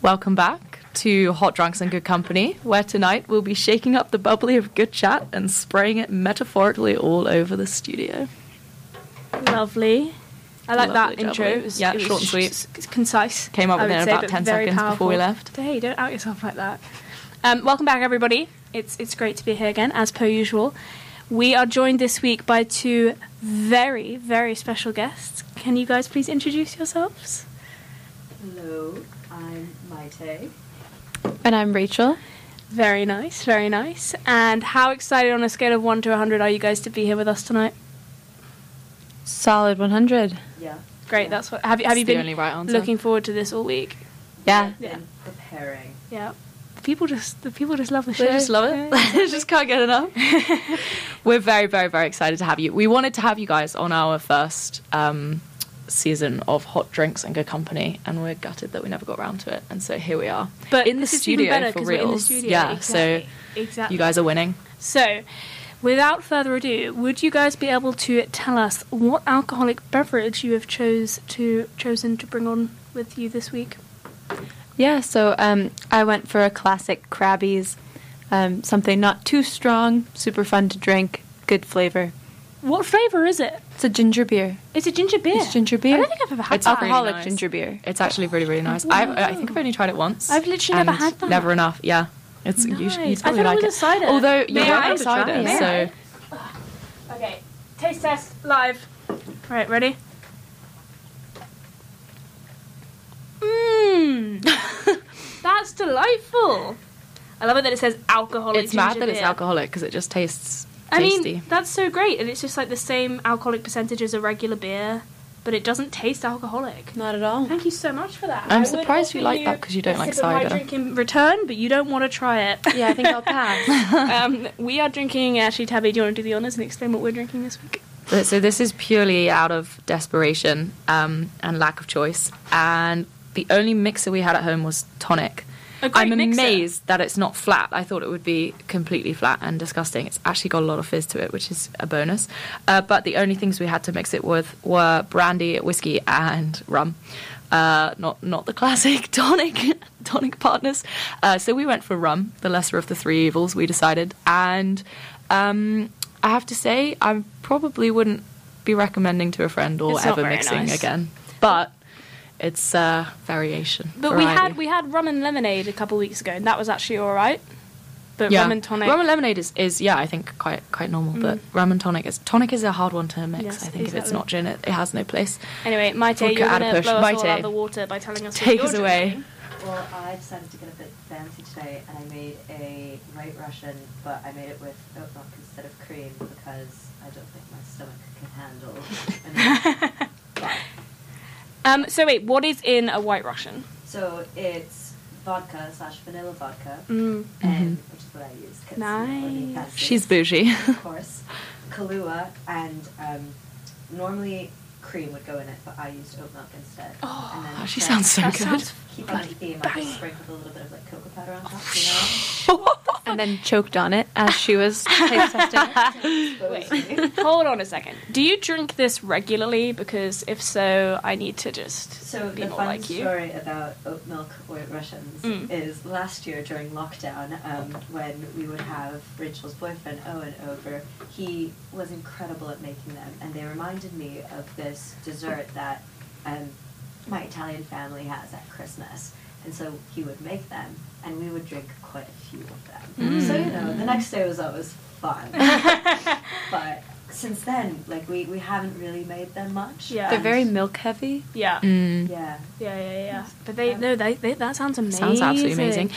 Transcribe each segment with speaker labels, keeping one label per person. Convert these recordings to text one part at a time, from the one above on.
Speaker 1: Welcome back to Hot Drunks and Good Company, where tonight we'll be shaking up the bubbly of good chat and spraying it metaphorically all over the studio.
Speaker 2: Lovely. I like that
Speaker 1: Lovely
Speaker 2: intro.
Speaker 1: jubbly.
Speaker 2: It was,
Speaker 1: Yeah,
Speaker 2: it was
Speaker 1: short and sweet.
Speaker 2: s- s- concise.
Speaker 1: Came up
Speaker 2: I
Speaker 1: with
Speaker 2: would
Speaker 1: it in
Speaker 2: say,
Speaker 1: about
Speaker 2: but
Speaker 1: 10
Speaker 2: very
Speaker 1: seconds before we
Speaker 2: powerful.
Speaker 1: left.
Speaker 2: Hey, don't out yourself like that. Um, welcome back, everybody. It's it's great to be here again, as per usual. We are joined this week by two very very special guests. Can you guys please introduce yourselves?
Speaker 3: Hello, I'm Maite.
Speaker 4: And I'm Rachel.
Speaker 2: Very nice, very nice. And how excited on a scale of one to hundred are you guys to be here with us tonight?
Speaker 4: Solid 100.
Speaker 3: Yeah.
Speaker 2: Great.
Speaker 3: Yeah.
Speaker 2: That's what. Have you have
Speaker 1: It's
Speaker 2: you
Speaker 1: the
Speaker 2: been
Speaker 1: only right answer.
Speaker 2: looking forward to this all week?
Speaker 4: Yeah.
Speaker 3: Been preparing.
Speaker 2: Yeah. The people just the people just love the show.
Speaker 1: They just love
Speaker 2: Yeah.
Speaker 1: it. just can't get enough. We're very, very, very excited to have you. We wanted to have you guys on our first um, season of Hot Drinks and Good Company, and we're gutted that we never got round to it. And so here we are.
Speaker 2: But
Speaker 1: in the
Speaker 2: this is
Speaker 1: studio
Speaker 2: even better
Speaker 1: for
Speaker 2: 'cause we're in the
Speaker 1: reals.
Speaker 2: studio,
Speaker 1: Yeah,
Speaker 2: exactly,
Speaker 1: so
Speaker 2: exactly.
Speaker 1: you guys are winning.
Speaker 2: So, without further ado, would you guys be able to tell us what alcoholic beverage you have chose to chosen to bring on with you this week?
Speaker 4: Yeah, so um, I went for a classic Krabby's. Um, something not too strong, super fun to drink, good flavor.
Speaker 2: What flavor is it?
Speaker 4: It's a ginger beer.
Speaker 2: It's a ginger beer.
Speaker 4: It's ginger beer.
Speaker 2: I don't think I've ever had
Speaker 1: It's
Speaker 2: that.
Speaker 1: really
Speaker 4: alcoholic
Speaker 1: nice.
Speaker 4: ginger beer.
Speaker 1: It's actually really, really nice. I've, I think I've only tried it once.
Speaker 2: I've literally never
Speaker 1: and
Speaker 2: had that.
Speaker 1: Never enough. Yeah. It's you should,
Speaker 2: Nice.
Speaker 1: you'd
Speaker 2: I
Speaker 1: probably
Speaker 2: thought it
Speaker 1: like
Speaker 2: was a cider.
Speaker 1: Although you
Speaker 2: May I?
Speaker 1: don't like
Speaker 2: May I?
Speaker 1: cider,
Speaker 2: May
Speaker 1: so
Speaker 2: Okay, taste test live. Right, ready? Mmm, that's delightful. I love it that it says alcoholic.
Speaker 1: it's mad
Speaker 2: ginger
Speaker 1: that it's
Speaker 2: beer.
Speaker 1: alcoholic because it just tastes
Speaker 2: I
Speaker 1: tasty.
Speaker 2: mean, that's so great, and it's just like the same alcoholic percentage as a regular beer, but it doesn't taste alcoholic.
Speaker 4: Not at all.
Speaker 2: Thank you so much for that.
Speaker 1: I'm
Speaker 2: I would
Speaker 1: surprised
Speaker 2: offer
Speaker 1: you like that 'cause you don't
Speaker 2: a
Speaker 1: like
Speaker 2: sip of my
Speaker 1: cider.
Speaker 2: drink in return, but you don't want to try it.
Speaker 4: Yeah, I think I'll pass.
Speaker 2: um, we are drinking. Actually, Tabby, do you want to do the honors and explain what we're drinking this week?
Speaker 1: But- So this is purely out of desperation um, and lack of choice. And the only mixer we had at home was tonic.
Speaker 2: A great
Speaker 1: I'm
Speaker 2: mixer.
Speaker 1: amazed that it's not flat. I thought it would be completely flat and disgusting. It's actually got a lot of fizz to it, which is a bonus. Uh, but the only things we had to mix it with were brandy, whiskey, and rum. Uh, not not the classic tonic tonic partners. Uh, so we went for rum, the lesser of the three evils. We decided, and um, I have to say, I probably wouldn't be recommending to a friend or
Speaker 2: It's not
Speaker 1: ever
Speaker 2: very
Speaker 1: mixing
Speaker 2: nice.
Speaker 1: again. But it's uh, variation.
Speaker 2: But we had we had rum and lemonade a couple weeks ago, and that was actually all right. But rum and tonic. Mm.
Speaker 1: Rum and lemonade is, is yeah, I think quite quite normal. But rum and tonic is tonic is a hard one to mix.
Speaker 2: Yes,
Speaker 1: I think if it's
Speaker 2: exactly.
Speaker 1: not gin, it, it has no place.
Speaker 2: anyway, Maite,
Speaker 1: Vodka
Speaker 2: you're
Speaker 1: out of
Speaker 2: gonna
Speaker 1: push.
Speaker 2: blow us all
Speaker 1: Maite,
Speaker 2: out of the water by telling us. what
Speaker 1: Take
Speaker 2: you're
Speaker 1: us away.
Speaker 2: drinking.
Speaker 3: Well, I decided to get a bit fancy today and I made a white Russian, but I made it with oat milk instead of cream because I don't think my stomach can handle enough. But-
Speaker 2: Um, so wait, what is in a White Russian?
Speaker 3: So it's vodka slash vanilla vodka,
Speaker 4: Mm-hmm.
Speaker 2: Mm.
Speaker 3: and, which is what I use. 'cause, you know, I mean,
Speaker 2: Nice.
Speaker 3: that's
Speaker 1: She's
Speaker 3: it.
Speaker 1: bougie.
Speaker 3: of course, Kahlua, and um, normally cream would go in it, but I used oat milk instead. Oh, and then
Speaker 1: she
Speaker 3: to
Speaker 1: sounds so
Speaker 2: That
Speaker 1: good. Oh,
Speaker 2: sounds
Speaker 3: Keep on theme. I just sprinkled a little bit of like cocoa powder on top, you
Speaker 4: and then choked on it as she was taste testing.
Speaker 3: know. Wait.
Speaker 2: Hold on a second. Do you drink this regularly? Because if so, I need to just
Speaker 3: So
Speaker 2: be
Speaker 3: the
Speaker 2: more
Speaker 3: fun
Speaker 2: like you.
Speaker 3: story about oat milk white Russians
Speaker 2: Mm.
Speaker 3: is last year during lockdown, um, when we would have Rachel's boyfriend Owen over, he was incredible at making them, and they reminded me of this dessert that um, my Italian family has at Christmas. And so he would make them, and we would drink quite a few of them.
Speaker 2: Mm.
Speaker 3: So you know, the next day was always fun. but since then, like we, we haven't really made them much.
Speaker 2: Yeah.
Speaker 4: They're very milk heavy.
Speaker 2: Yeah.
Speaker 1: Mm.
Speaker 3: yeah.
Speaker 2: Yeah, yeah, yeah. But they no, they, they that sounds amazing.
Speaker 1: Sounds absolutely amazing.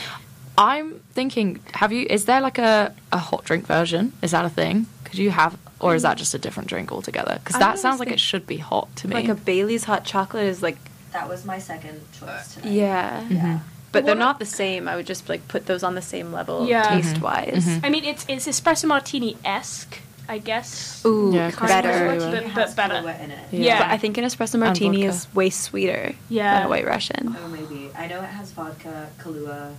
Speaker 1: I'm thinking, have you? Is there like a, a hot drink version? Is that a thing? Could you have, or is
Speaker 2: Mm.
Speaker 1: that just a different drink altogether? Because
Speaker 4: I
Speaker 1: that
Speaker 4: always
Speaker 1: sounds like
Speaker 4: think-
Speaker 1: it should be hot to me.
Speaker 4: Like a Bailey's hot chocolate is like,
Speaker 3: That was my second choice tonight.
Speaker 4: yeah.
Speaker 1: Mm-hmm.
Speaker 3: Yeah.
Speaker 4: But they're
Speaker 2: What-
Speaker 4: not the same. I would just like put those on the same
Speaker 2: Yeah.
Speaker 4: level
Speaker 2: Mhm.
Speaker 1: Mm-hmm.
Speaker 4: taste wise.
Speaker 2: I mean, it's it's espresso martini esque. I guess.
Speaker 4: Ooh,
Speaker 1: Yeah,
Speaker 2: kind
Speaker 1: Better.
Speaker 2: of,
Speaker 1: But-
Speaker 2: but,
Speaker 3: It has
Speaker 2: but better.
Speaker 3: Kahlua in it.
Speaker 1: Yeah.
Speaker 4: But I think an espresso martini
Speaker 1: vodka.
Speaker 4: is way sweeter
Speaker 2: Yeah.
Speaker 4: than a white Russian.
Speaker 3: Oh, maybe. I know it has vodka, Kahlua.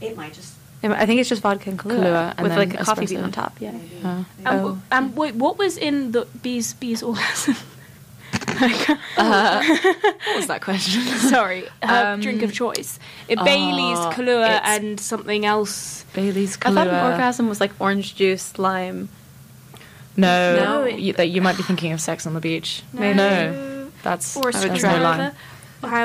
Speaker 3: It might just.
Speaker 4: And I think it's just vodka and Kahlua,
Speaker 1: Kahlua and
Speaker 4: with
Speaker 1: then
Speaker 4: like a coffee bean
Speaker 1: espresso.
Speaker 4: on top. Yeah.
Speaker 3: Maybe,
Speaker 1: Uh,
Speaker 3: maybe.
Speaker 2: Um,
Speaker 4: Oh.
Speaker 2: um, wait, what was in the bees bees orgasm?
Speaker 1: Uh, what was that question?
Speaker 2: Sorry, her
Speaker 1: Um,
Speaker 2: drink of choice. It,
Speaker 1: uh,
Speaker 2: Bailey's, Kahlua,
Speaker 1: it's-
Speaker 2: and something else.
Speaker 1: Bailey's
Speaker 4: I thought
Speaker 1: Kahlua.
Speaker 4: an orgasm was like orange juice, lime.
Speaker 1: No,
Speaker 2: No, it-
Speaker 1: you, that you might be thinking of Sex on the Beach.
Speaker 4: Maybe.
Speaker 1: No, that's
Speaker 2: or a
Speaker 1: that's
Speaker 2: sweet
Speaker 1: no
Speaker 4: try.
Speaker 1: line.
Speaker 2: line. Um,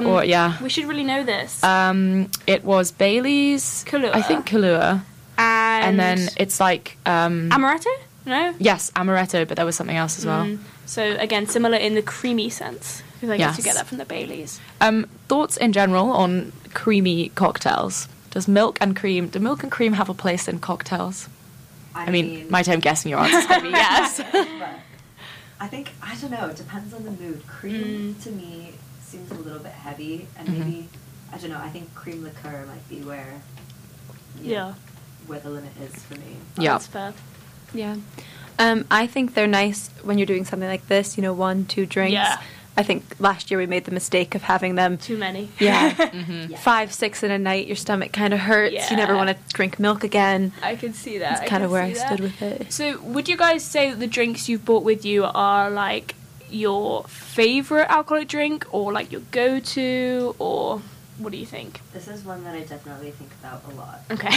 Speaker 1: Oh, Or- yeah.
Speaker 2: we should really know this.
Speaker 1: Um, it was Bailey's.
Speaker 2: Kahlua.
Speaker 1: I think Kahlua,
Speaker 2: and,
Speaker 1: and, then it's like um,
Speaker 2: amaretto. No.
Speaker 1: yes, amaretto, but there was something else as well.
Speaker 2: Mm. So again, similar in the creamy sense because I guess you
Speaker 1: Yes.
Speaker 2: get that from the Baileys.
Speaker 1: Um, thoughts in general on creamy cocktails. Does milk and cream? Do milk and cream have a place in cocktails? I mean, my time guessing your answer is going to be yes.
Speaker 3: But I think I don't know. It depends on the mood. Cream
Speaker 1: Mm-hmm.
Speaker 3: to me seems a little bit heavy, and
Speaker 1: Mhm.
Speaker 3: maybe I don't know. I think cream liqueur might be where you know,
Speaker 2: Yeah.
Speaker 3: where the limit is for me.
Speaker 1: Yeah.
Speaker 2: That's fair.
Speaker 4: Yeah. Um, I think they're nice when you're doing something like this, you know, one, two drinks.
Speaker 2: Yeah.
Speaker 4: I think last year we made the mistake of having them
Speaker 2: Too many.
Speaker 4: Yeah.
Speaker 1: Mm-hmm. Mm.
Speaker 3: Yeah.
Speaker 4: five, six in a night. Your stomach kind of hurts. You never
Speaker 2: Yeah.
Speaker 4: want to drink milk again.
Speaker 2: I can see that.
Speaker 4: That's kind of where I stood with it.
Speaker 2: So, would you guys say that the drinks you've bought with you are like your favorite alcoholic drink, or like your go-to, or what do you think?
Speaker 3: This is one that I definitely think about a lot.
Speaker 2: Okay.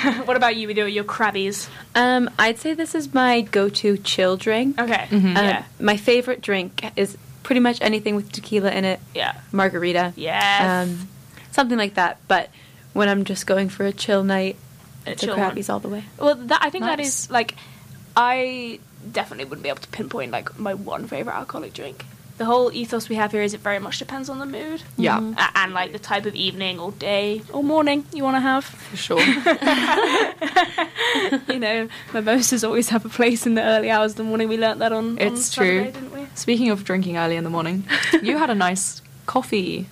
Speaker 3: Really.
Speaker 2: what about you? We do your crabbies.
Speaker 4: Um, I'd say this is my go-to chill drink.
Speaker 2: Okay.
Speaker 1: Mhm.
Speaker 4: Um,
Speaker 2: Yeah.
Speaker 4: My favorite drink is pretty much anything with tequila in it,
Speaker 2: Yeah.
Speaker 4: margarita,
Speaker 2: Yes.
Speaker 4: um, something like that. But when I'm just going for a chill night,
Speaker 2: A
Speaker 4: it's a
Speaker 2: chill one.
Speaker 4: crabbies all the way.
Speaker 2: Well, that I think that
Speaker 1: Nice.
Speaker 2: is like, I definitely wouldn't be able to pinpoint like my one favorite alcoholic drink. The whole ethos we have here is it very much depends on the mood.
Speaker 1: Yeah.
Speaker 4: Mhm.
Speaker 2: A- and like the type of evening or day or morning you want to have.
Speaker 1: For sure.
Speaker 2: you know, mimosas always have a place in the early hours of the morning. We learnt that on. on
Speaker 1: It's true.
Speaker 2: Saturday, didn't we?
Speaker 1: Speaking of drinking early in the morning, you had a nice coffee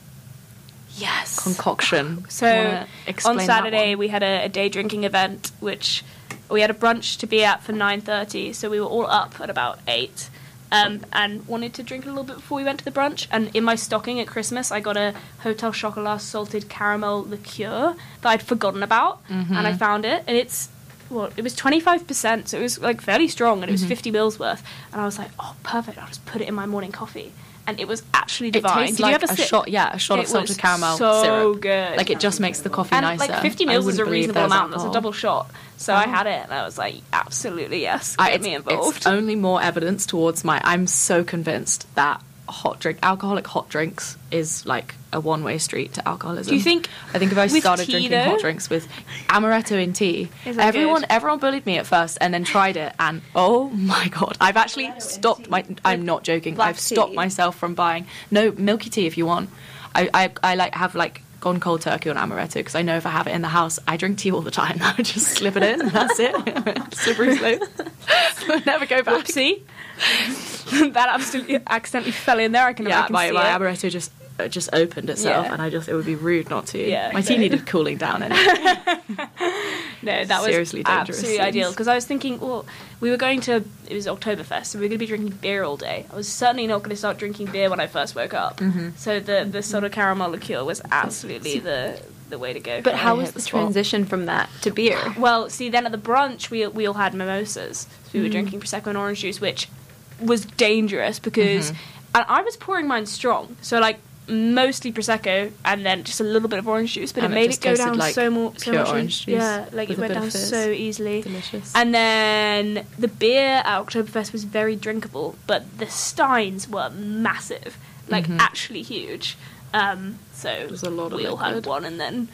Speaker 2: Yes.
Speaker 1: concoction.
Speaker 2: So
Speaker 1: Wanna
Speaker 2: on
Speaker 1: explain that
Speaker 2: Saturday
Speaker 1: one?
Speaker 2: we had a, a day drinking event, which we had a brunch to be at for nine thirty. So we were all up at about eight, um, and wanted to drink a little bit before we went to the brunch. And in my stocking at Christmas, I got a Hotel Chocolat salted caramel liqueur that I'd forgotten about,
Speaker 1: Mm-hmm.
Speaker 2: and I found it, and it's. Well, it was twenty five percent, so it was like fairly strong, and it was
Speaker 1: Mm-hmm.
Speaker 2: fifty mils worth. And I was like, "Oh, perfect! I'll just put it in my morning coffee." And it was actually
Speaker 1: it
Speaker 2: divine.
Speaker 1: tastes
Speaker 2: Did
Speaker 1: like
Speaker 2: you ever
Speaker 1: a
Speaker 2: sip?
Speaker 1: shot, yeah, a shot
Speaker 2: It
Speaker 1: of salted
Speaker 2: was
Speaker 1: caramel
Speaker 2: so
Speaker 1: syrup.
Speaker 2: good.
Speaker 1: Like it just makes the coffee
Speaker 2: and
Speaker 1: nicer.
Speaker 2: like 50
Speaker 1: I
Speaker 2: mils is
Speaker 1: wouldn't
Speaker 2: a
Speaker 1: believe
Speaker 2: reasonable
Speaker 1: there's
Speaker 2: amount. That's a
Speaker 1: alcohol.
Speaker 2: double shot. So I
Speaker 1: Oh.
Speaker 2: had it and I was like, absolutely yes,
Speaker 1: I-
Speaker 2: get
Speaker 1: it's,
Speaker 2: me
Speaker 1: it's
Speaker 2: involved.
Speaker 1: only more evidence towards my. I'm so convinced that hot drink, alcoholic hot drinks, is like a one way street to alcoholism.
Speaker 2: Do you think
Speaker 1: I think if I
Speaker 2: with
Speaker 1: started
Speaker 2: tea,
Speaker 1: drinking
Speaker 2: though?
Speaker 1: hot drinks with amaretto in tea,
Speaker 2: Is that
Speaker 1: everyone
Speaker 2: good?
Speaker 1: everyone bullied me at first, and then tried it, and oh my god, I've actually
Speaker 3: Amaretto in
Speaker 1: stopped
Speaker 3: tea.
Speaker 1: my. I'm not joking.
Speaker 4: black
Speaker 1: I've stopped
Speaker 4: tea.
Speaker 1: myself from buying no milky tea if you want. I I, I like have like. Gone cold turkey on amaretto because I know if I have it in the house, I drink tea all the time. I just slip it in, and that's it. Slippery slope. Never go back.
Speaker 2: Oopsie. that absolutely accidentally fell in there. I can, I
Speaker 1: yeah,
Speaker 2: can
Speaker 1: my,
Speaker 2: see
Speaker 1: my
Speaker 2: it.
Speaker 1: amaretto just uh, just opened itself,
Speaker 2: Yeah.
Speaker 1: and I just it would be rude not to.
Speaker 2: Yeah,
Speaker 1: my tea
Speaker 2: no.
Speaker 1: needed cooling down, and
Speaker 2: No, that was
Speaker 1: Seriously dangerous
Speaker 2: absolutely
Speaker 1: things.
Speaker 2: ideal because I was thinking, well, we were going to it was Oktoberfest, so we were going to be drinking beer all day. I was certainly not going to start drinking beer when I first woke up.
Speaker 1: Mm-hmm.
Speaker 2: So the the soda caramel liqueur was absolutely the the way to go.
Speaker 4: But
Speaker 2: for
Speaker 4: how
Speaker 1: I
Speaker 4: was
Speaker 1: hit
Speaker 4: the
Speaker 1: the spot.
Speaker 4: transition from that to beer?
Speaker 2: Well, see, then at the brunch we we all had mimosas. So
Speaker 1: Mm.
Speaker 2: we were drinking prosecco and orange juice, which was dangerous because,
Speaker 1: Mm-hmm.
Speaker 2: and I was pouring mine strong, so like mostly prosecco and then just a little bit of orange juice, but
Speaker 1: And
Speaker 2: it
Speaker 1: it
Speaker 2: made it,
Speaker 1: just
Speaker 2: go
Speaker 1: tasted
Speaker 2: down
Speaker 1: like
Speaker 2: so more so
Speaker 1: pure
Speaker 2: much.
Speaker 1: orange juice
Speaker 2: Yeah, like
Speaker 1: with
Speaker 2: it
Speaker 1: a
Speaker 2: went
Speaker 1: bit of
Speaker 2: down
Speaker 1: fizz.
Speaker 2: so easily.
Speaker 1: delicious.
Speaker 2: And then the beer at Oktoberfest was very drinkable, but the steins were massive, like actually huge. Um, so
Speaker 1: There's Mm-hmm. a lot of
Speaker 2: we all
Speaker 1: liquid.
Speaker 2: had one, and then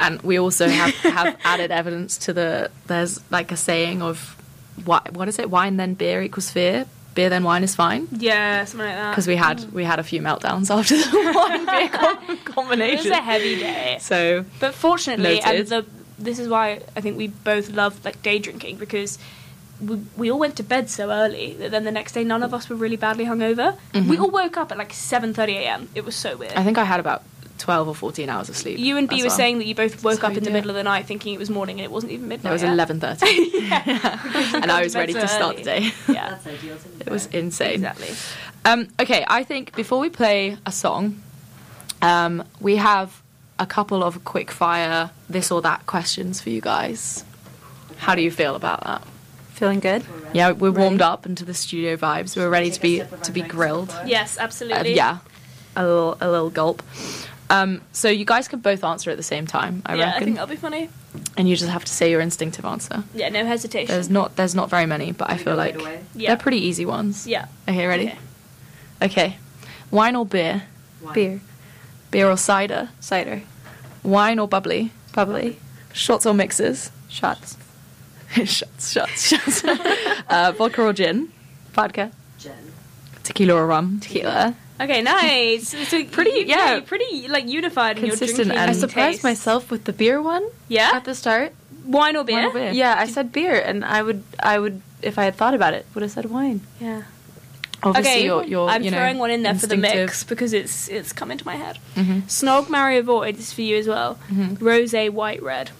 Speaker 1: and we also have have added evidence to the. There's like a saying of, what what is it? Wine then beer equals fear. Beer then wine is fine.
Speaker 2: yeah, something like that.
Speaker 1: Because we had we had a few meltdowns after the wine beer com-
Speaker 2: it was
Speaker 1: combination.
Speaker 2: a heavy day.
Speaker 1: So
Speaker 2: But fortunately, and
Speaker 1: Noted.
Speaker 2: the, this is why I think we both love like day drinking because we, we all went to bed so early that then the next day none of us were really badly hungover. We all woke up at like seven thirty a.m. It was so weird.
Speaker 1: Mm-hmm. I think I had about 12 or 14 hours of sleep.
Speaker 2: You and B
Speaker 1: as
Speaker 2: were
Speaker 1: well.
Speaker 2: saying that you both woke
Speaker 1: So
Speaker 2: up in the
Speaker 1: yeah.
Speaker 2: middle of the night thinking it was morning and it wasn't even midnight.
Speaker 1: It was
Speaker 2: yet.
Speaker 1: 11.30
Speaker 2: yeah.
Speaker 1: and I was ready to start the
Speaker 2: Early.
Speaker 1: day.
Speaker 2: Yeah.
Speaker 3: That's ideal to be
Speaker 1: it was
Speaker 3: fair.
Speaker 1: insane.
Speaker 2: Exactly.
Speaker 1: Um, okay, I think before we play a song, um, we have a couple of quick fire this or that questions for you guys. How do you feel about that?
Speaker 4: Feeling good?
Speaker 3: We're ready.
Speaker 1: Yeah, we're warmed
Speaker 4: Ready?
Speaker 1: up into the studio vibes. We're ready to
Speaker 3: Take a
Speaker 1: be
Speaker 3: sip of our
Speaker 1: to be
Speaker 3: drinks
Speaker 1: grilled.
Speaker 3: before.
Speaker 2: Yes,
Speaker 1: Uh,
Speaker 2: absolutely.
Speaker 1: yeah, a little a little gulp. Um, so you guys can both answer at the same time, I
Speaker 2: yeah, I think
Speaker 1: reckon,
Speaker 2: that'll be funny.
Speaker 1: and you just have to say your instinctive answer.
Speaker 2: Yeah, no hesitation.
Speaker 1: There's not there's not very many, but I
Speaker 3: Can we
Speaker 1: feel
Speaker 3: go right
Speaker 1: like
Speaker 3: away?
Speaker 2: Yeah.
Speaker 1: they're pretty easy ones.
Speaker 2: yeah.
Speaker 1: Okay, ready?
Speaker 2: Okay.
Speaker 1: okay. Wine or beer?
Speaker 3: Wine.
Speaker 4: Beer,
Speaker 1: Beer or cider?
Speaker 4: cider,
Speaker 1: Wine or bubbly?
Speaker 4: bubbly,
Speaker 1: Shots or mixers?
Speaker 4: shots,
Speaker 1: shots, shots, shots. uh, vodka or gin?
Speaker 4: vodka,
Speaker 3: Gin.
Speaker 1: Tequila or rum?
Speaker 4: tequila.
Speaker 2: Okay, nice. So
Speaker 1: Pretty-
Speaker 2: you-
Speaker 1: yeah.
Speaker 2: you're pretty like unified in your
Speaker 1: Consistent
Speaker 2: drinking.
Speaker 1: and-
Speaker 4: I surprised
Speaker 2: taste.
Speaker 4: myself with the beer one
Speaker 2: Yeah.
Speaker 4: at the start. Oh,
Speaker 2: Wine or beer?
Speaker 1: Wine or beer.
Speaker 4: Yeah, I said beer, and I would, I would, if I had thought about it, would have said wine.
Speaker 2: Yeah.
Speaker 1: Obviously,
Speaker 2: Okay.
Speaker 1: your, your,
Speaker 2: I'm
Speaker 1: you know,
Speaker 2: throwing one in there for the
Speaker 1: instinctive-
Speaker 2: mix because it's it's come into my head.
Speaker 4: Mm-hmm.
Speaker 1: Mhm.
Speaker 2: Snog, marry, avoid is for you as well.
Speaker 1: Mhm.
Speaker 2: Rosé, white, red.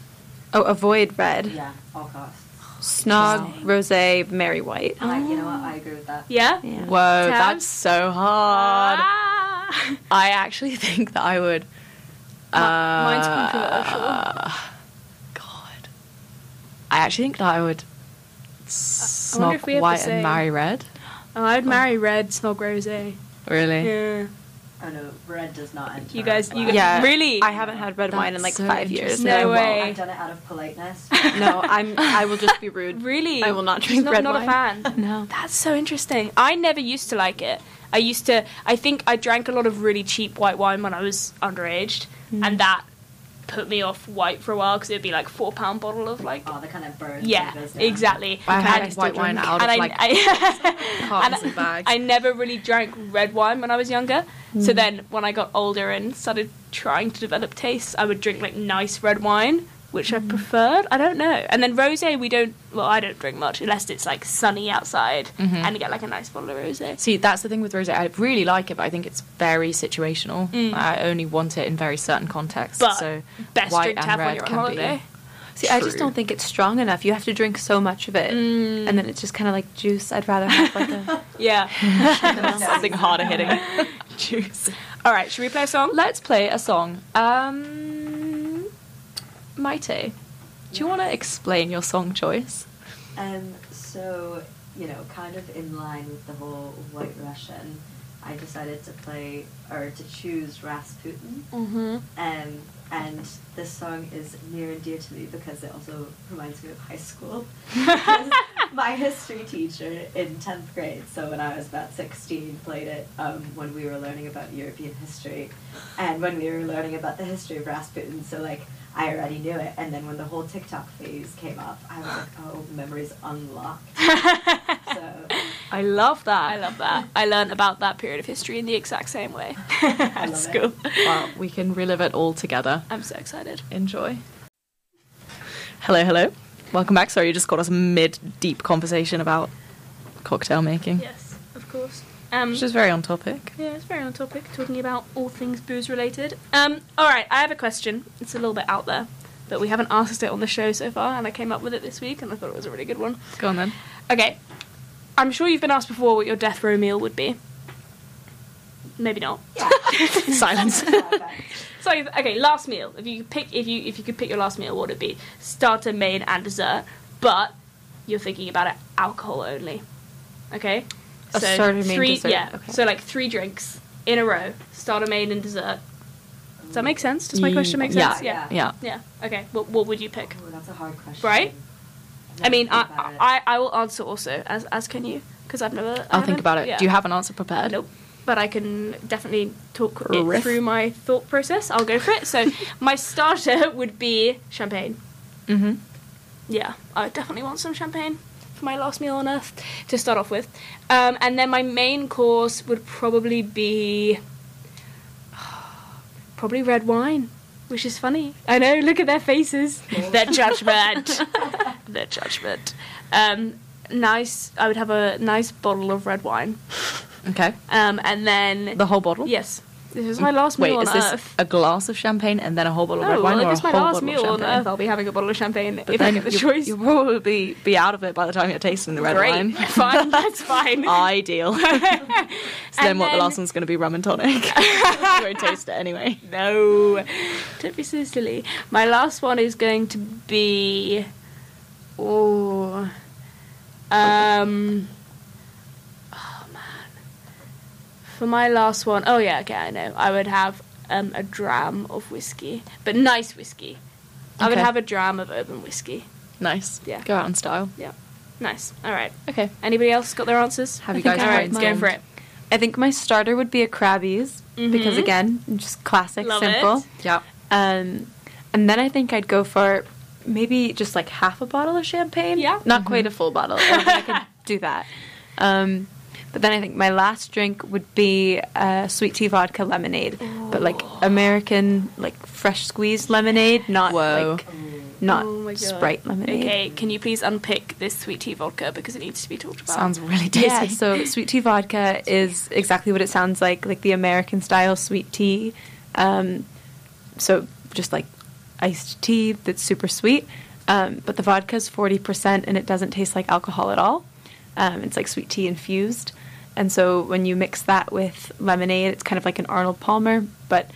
Speaker 4: Oh, avoid red,
Speaker 3: Yeah, all costs.
Speaker 4: snog, rosé, merry white.
Speaker 3: I, you know what? I agree with that.
Speaker 2: Yeah.
Speaker 4: Yeah.
Speaker 1: Whoa, that's
Speaker 2: Tabs?
Speaker 1: so hard.
Speaker 2: Ah.
Speaker 1: I actually think that I would. Uh,
Speaker 2: Mine's controversial.
Speaker 4: uh,
Speaker 1: God. I actually think that I would
Speaker 2: I wonder
Speaker 1: snog
Speaker 2: if we have the
Speaker 1: white
Speaker 2: same.
Speaker 1: and marry red.
Speaker 2: Oh,
Speaker 4: uh.
Speaker 2: I'd marry red, snog rosé.
Speaker 1: Really?
Speaker 2: Yeah.
Speaker 3: Oh no, red does not enter.
Speaker 2: You guys, you guys,
Speaker 3: Wow.
Speaker 4: Yeah.
Speaker 2: really?
Speaker 4: I haven't had red wine in like
Speaker 1: That's so
Speaker 4: five years.
Speaker 1: interesting.
Speaker 4: and I
Speaker 2: No
Speaker 4: won't.
Speaker 2: way.
Speaker 3: I've done it out of politeness.
Speaker 4: No, I'm. I will just be rude.
Speaker 2: really?
Speaker 4: I will not
Speaker 2: She's
Speaker 4: drink
Speaker 2: not,
Speaker 4: red
Speaker 2: not
Speaker 4: wine.
Speaker 2: a fan.
Speaker 4: No.
Speaker 2: That's so interesting. I never used to like it. I used to. I think I drank a lot of really cheap white wine when I was underage, and that put me off white for a while because it'd be like four pound bottle of like.
Speaker 3: Oh, the kind of burns.
Speaker 2: yeah,
Speaker 3: that goes down.
Speaker 2: exactly.
Speaker 1: I
Speaker 2: And-
Speaker 1: had
Speaker 4: I still
Speaker 1: white wine
Speaker 4: drink.
Speaker 1: out
Speaker 2: and
Speaker 1: of
Speaker 2: I,
Speaker 1: like
Speaker 2: I,
Speaker 1: cartons
Speaker 2: and
Speaker 1: and bags. Mm.
Speaker 2: I never really drank red wine when I was younger. So then, when I got older and started trying to develop tastes, I would drink like nice red wine, which
Speaker 1: Mm.
Speaker 2: I preferred. I don't know. And then rosé, we don't. Well, I don't drink much unless it's like sunny outside,
Speaker 1: Mm-hmm.
Speaker 2: and you get like a nice bottle of rosé.
Speaker 1: See, that's the thing with rosé. I really like it, but I think it's very situational. I only want it in very certain contexts.
Speaker 2: Mm. But
Speaker 1: so
Speaker 2: Best
Speaker 1: white
Speaker 2: drink to
Speaker 1: and
Speaker 2: have when
Speaker 1: red
Speaker 2: you're on
Speaker 1: can
Speaker 2: holiday.
Speaker 4: See, I just
Speaker 1: True.
Speaker 4: don't think it's strong enough. You have to drink so much of it, and then it's just kind of like juice. I'd rather have like a.
Speaker 2: Yeah.
Speaker 1: be something harder hitting. Juice.
Speaker 2: All right. Should we play a song?
Speaker 1: Um, Let's play a song. Um, Maite, do you want to explain your song choice?
Speaker 3: Um, so, you know, kind of in line with the whole White Russian, I decided to play or to choose Rasputin.
Speaker 2: Mm-hmm.
Speaker 3: Um, and this song is near and dear to me because it also reminds me of high school. Because my history teacher in 10th grade, so when I was about 16, played it um, when we were learning about European history and when we were learning about the history of Rasputin. So, like, I already knew it. And then when the whole TikTok phase came up, I was like, oh, memories unlocked. so,
Speaker 1: I love that.
Speaker 2: I love that. I learned about that period of history in the exact same way
Speaker 3: I
Speaker 2: at
Speaker 3: love it.
Speaker 2: school.
Speaker 1: Well, we can relive it all together.
Speaker 2: I'm so excited.
Speaker 1: Enjoy. Hello, hello. Welcome back. Sorry, you just caught us mid deep conversation about cocktail making,
Speaker 2: Yes, of course. Um,
Speaker 1: which is very on topic.
Speaker 2: yeah, it's very on topic, talking about all things booze related. Um, all right, I have a question. It's a little bit out there, but we haven't asked it on the show so far, and I came up with it this week, and I thought it was a really good one.
Speaker 1: Go on then.
Speaker 2: Okay, I'm sure you've been asked before what your death row meal would be. Maybe not.
Speaker 3: yeah.
Speaker 1: Silence.
Speaker 2: So, if- okay, last meal. If you could pick, if you if you could pick your last meal, what would it be? Starter, main, and dessert. But you're thinking about it alcohol only. Okay.
Speaker 4: A starter, main,
Speaker 2: three,
Speaker 4: dessert,
Speaker 2: Yeah.
Speaker 4: okay.
Speaker 2: So like three drinks in a row. Starter, main, and dessert. Does that make sense? Does my
Speaker 1: Ye-
Speaker 2: question make
Speaker 1: Mm, yeah,
Speaker 2: sense?
Speaker 3: yeah.
Speaker 1: Yeah.
Speaker 2: Yeah. Okay. What what would you pick?
Speaker 3: Ooh, that's a hard question.
Speaker 2: Right?
Speaker 3: I've
Speaker 2: I
Speaker 3: never
Speaker 2: mean,
Speaker 3: thought about
Speaker 2: I,
Speaker 3: it.
Speaker 2: I I will answer also as as can you because I've never. I
Speaker 1: I'll
Speaker 2: haven't-
Speaker 1: think about it.
Speaker 2: yeah.
Speaker 1: Do you have an answer prepared?
Speaker 2: Nope. Um, But I can definitely talk it
Speaker 1: Riff.
Speaker 2: through my thought process. I'll go for it. So my starter would be champagne.
Speaker 1: Mm-hmm.
Speaker 2: Yeah, I would definitely want some champagne for my last meal on earth to start off with. Um, and then my main course would probably be probably red wine, which is funny. I know. Look at their faces. their judgment. their judgment. Um, nice. I would have a nice bottle of red wine.
Speaker 1: Okay.
Speaker 2: Um, and then
Speaker 1: The whole bottle?
Speaker 2: Yes. This is my last
Speaker 1: Oh. Wait,
Speaker 2: meal on
Speaker 1: is this
Speaker 2: earth.
Speaker 1: a glass of champagne and then a whole bottle of
Speaker 2: No,
Speaker 1: red wine,
Speaker 2: well,
Speaker 1: or a
Speaker 2: if it's my
Speaker 1: whole
Speaker 2: last
Speaker 1: bottle of
Speaker 2: meal on
Speaker 1: champagne?
Speaker 2: earth, I'll be having a bottle of champagne
Speaker 1: But
Speaker 2: if I
Speaker 1: then
Speaker 2: get the
Speaker 1: you'll,
Speaker 2: choice.
Speaker 1: you'll probably be out of it by the time you're tasting the red
Speaker 2: Great.
Speaker 1: wine.
Speaker 2: fine, that's fine.
Speaker 1: Ideal. so then
Speaker 2: And
Speaker 1: what? The
Speaker 2: then-
Speaker 1: last one's going to be rum and tonic. you won't taste it anyway.
Speaker 2: No, don't be so silly. My last one is going to be, oh, um, oh man. For my last one, oh yeah, okay, I know. I would have um, a dram of whiskey, but nice whiskey. I would
Speaker 1: Okay.
Speaker 2: have a dram of urban whiskey.
Speaker 1: Nice.
Speaker 2: Yeah.
Speaker 1: Go out in style.
Speaker 2: Nice. All right.
Speaker 1: Okay.
Speaker 2: Anybody else got their answers?
Speaker 1: Have
Speaker 4: I
Speaker 1: you
Speaker 4: think
Speaker 1: guys
Speaker 4: I
Speaker 2: All right,
Speaker 4: have
Speaker 2: go
Speaker 4: mine.
Speaker 2: for it.
Speaker 4: I think my starter would be a Krabby's because
Speaker 2: Mhm.
Speaker 4: again, just classic,
Speaker 2: Love
Speaker 4: simple.
Speaker 2: it.
Speaker 1: Yeah.
Speaker 4: Um, and then I think I'd go for maybe just like half a bottle of champagne.
Speaker 2: Yeah.
Speaker 4: Not quite a full bottle. I, don't think I could do that. Um, but then I think my last drink would be uh, sweet tea vodka lemonade, but like American, like fresh squeezed lemonade, not
Speaker 1: Whoa.
Speaker 4: like not
Speaker 2: Oh my God.
Speaker 4: Sprite lemonade.
Speaker 2: Okay, can you please unpick this sweet tea vodka because it needs to be talked about.
Speaker 1: Sounds really tasty.
Speaker 4: Yeah, so sweet tea vodka is exactly what it sounds like, like the American style sweet tea. Um, so just like iced tea that's super sweet. Um, but the vodka is 40% and it doesn't taste like alcohol at all. Um, it's like sweet tea infused. And so when you mix that with lemonade, it's kind of like an Arnold Palmer, but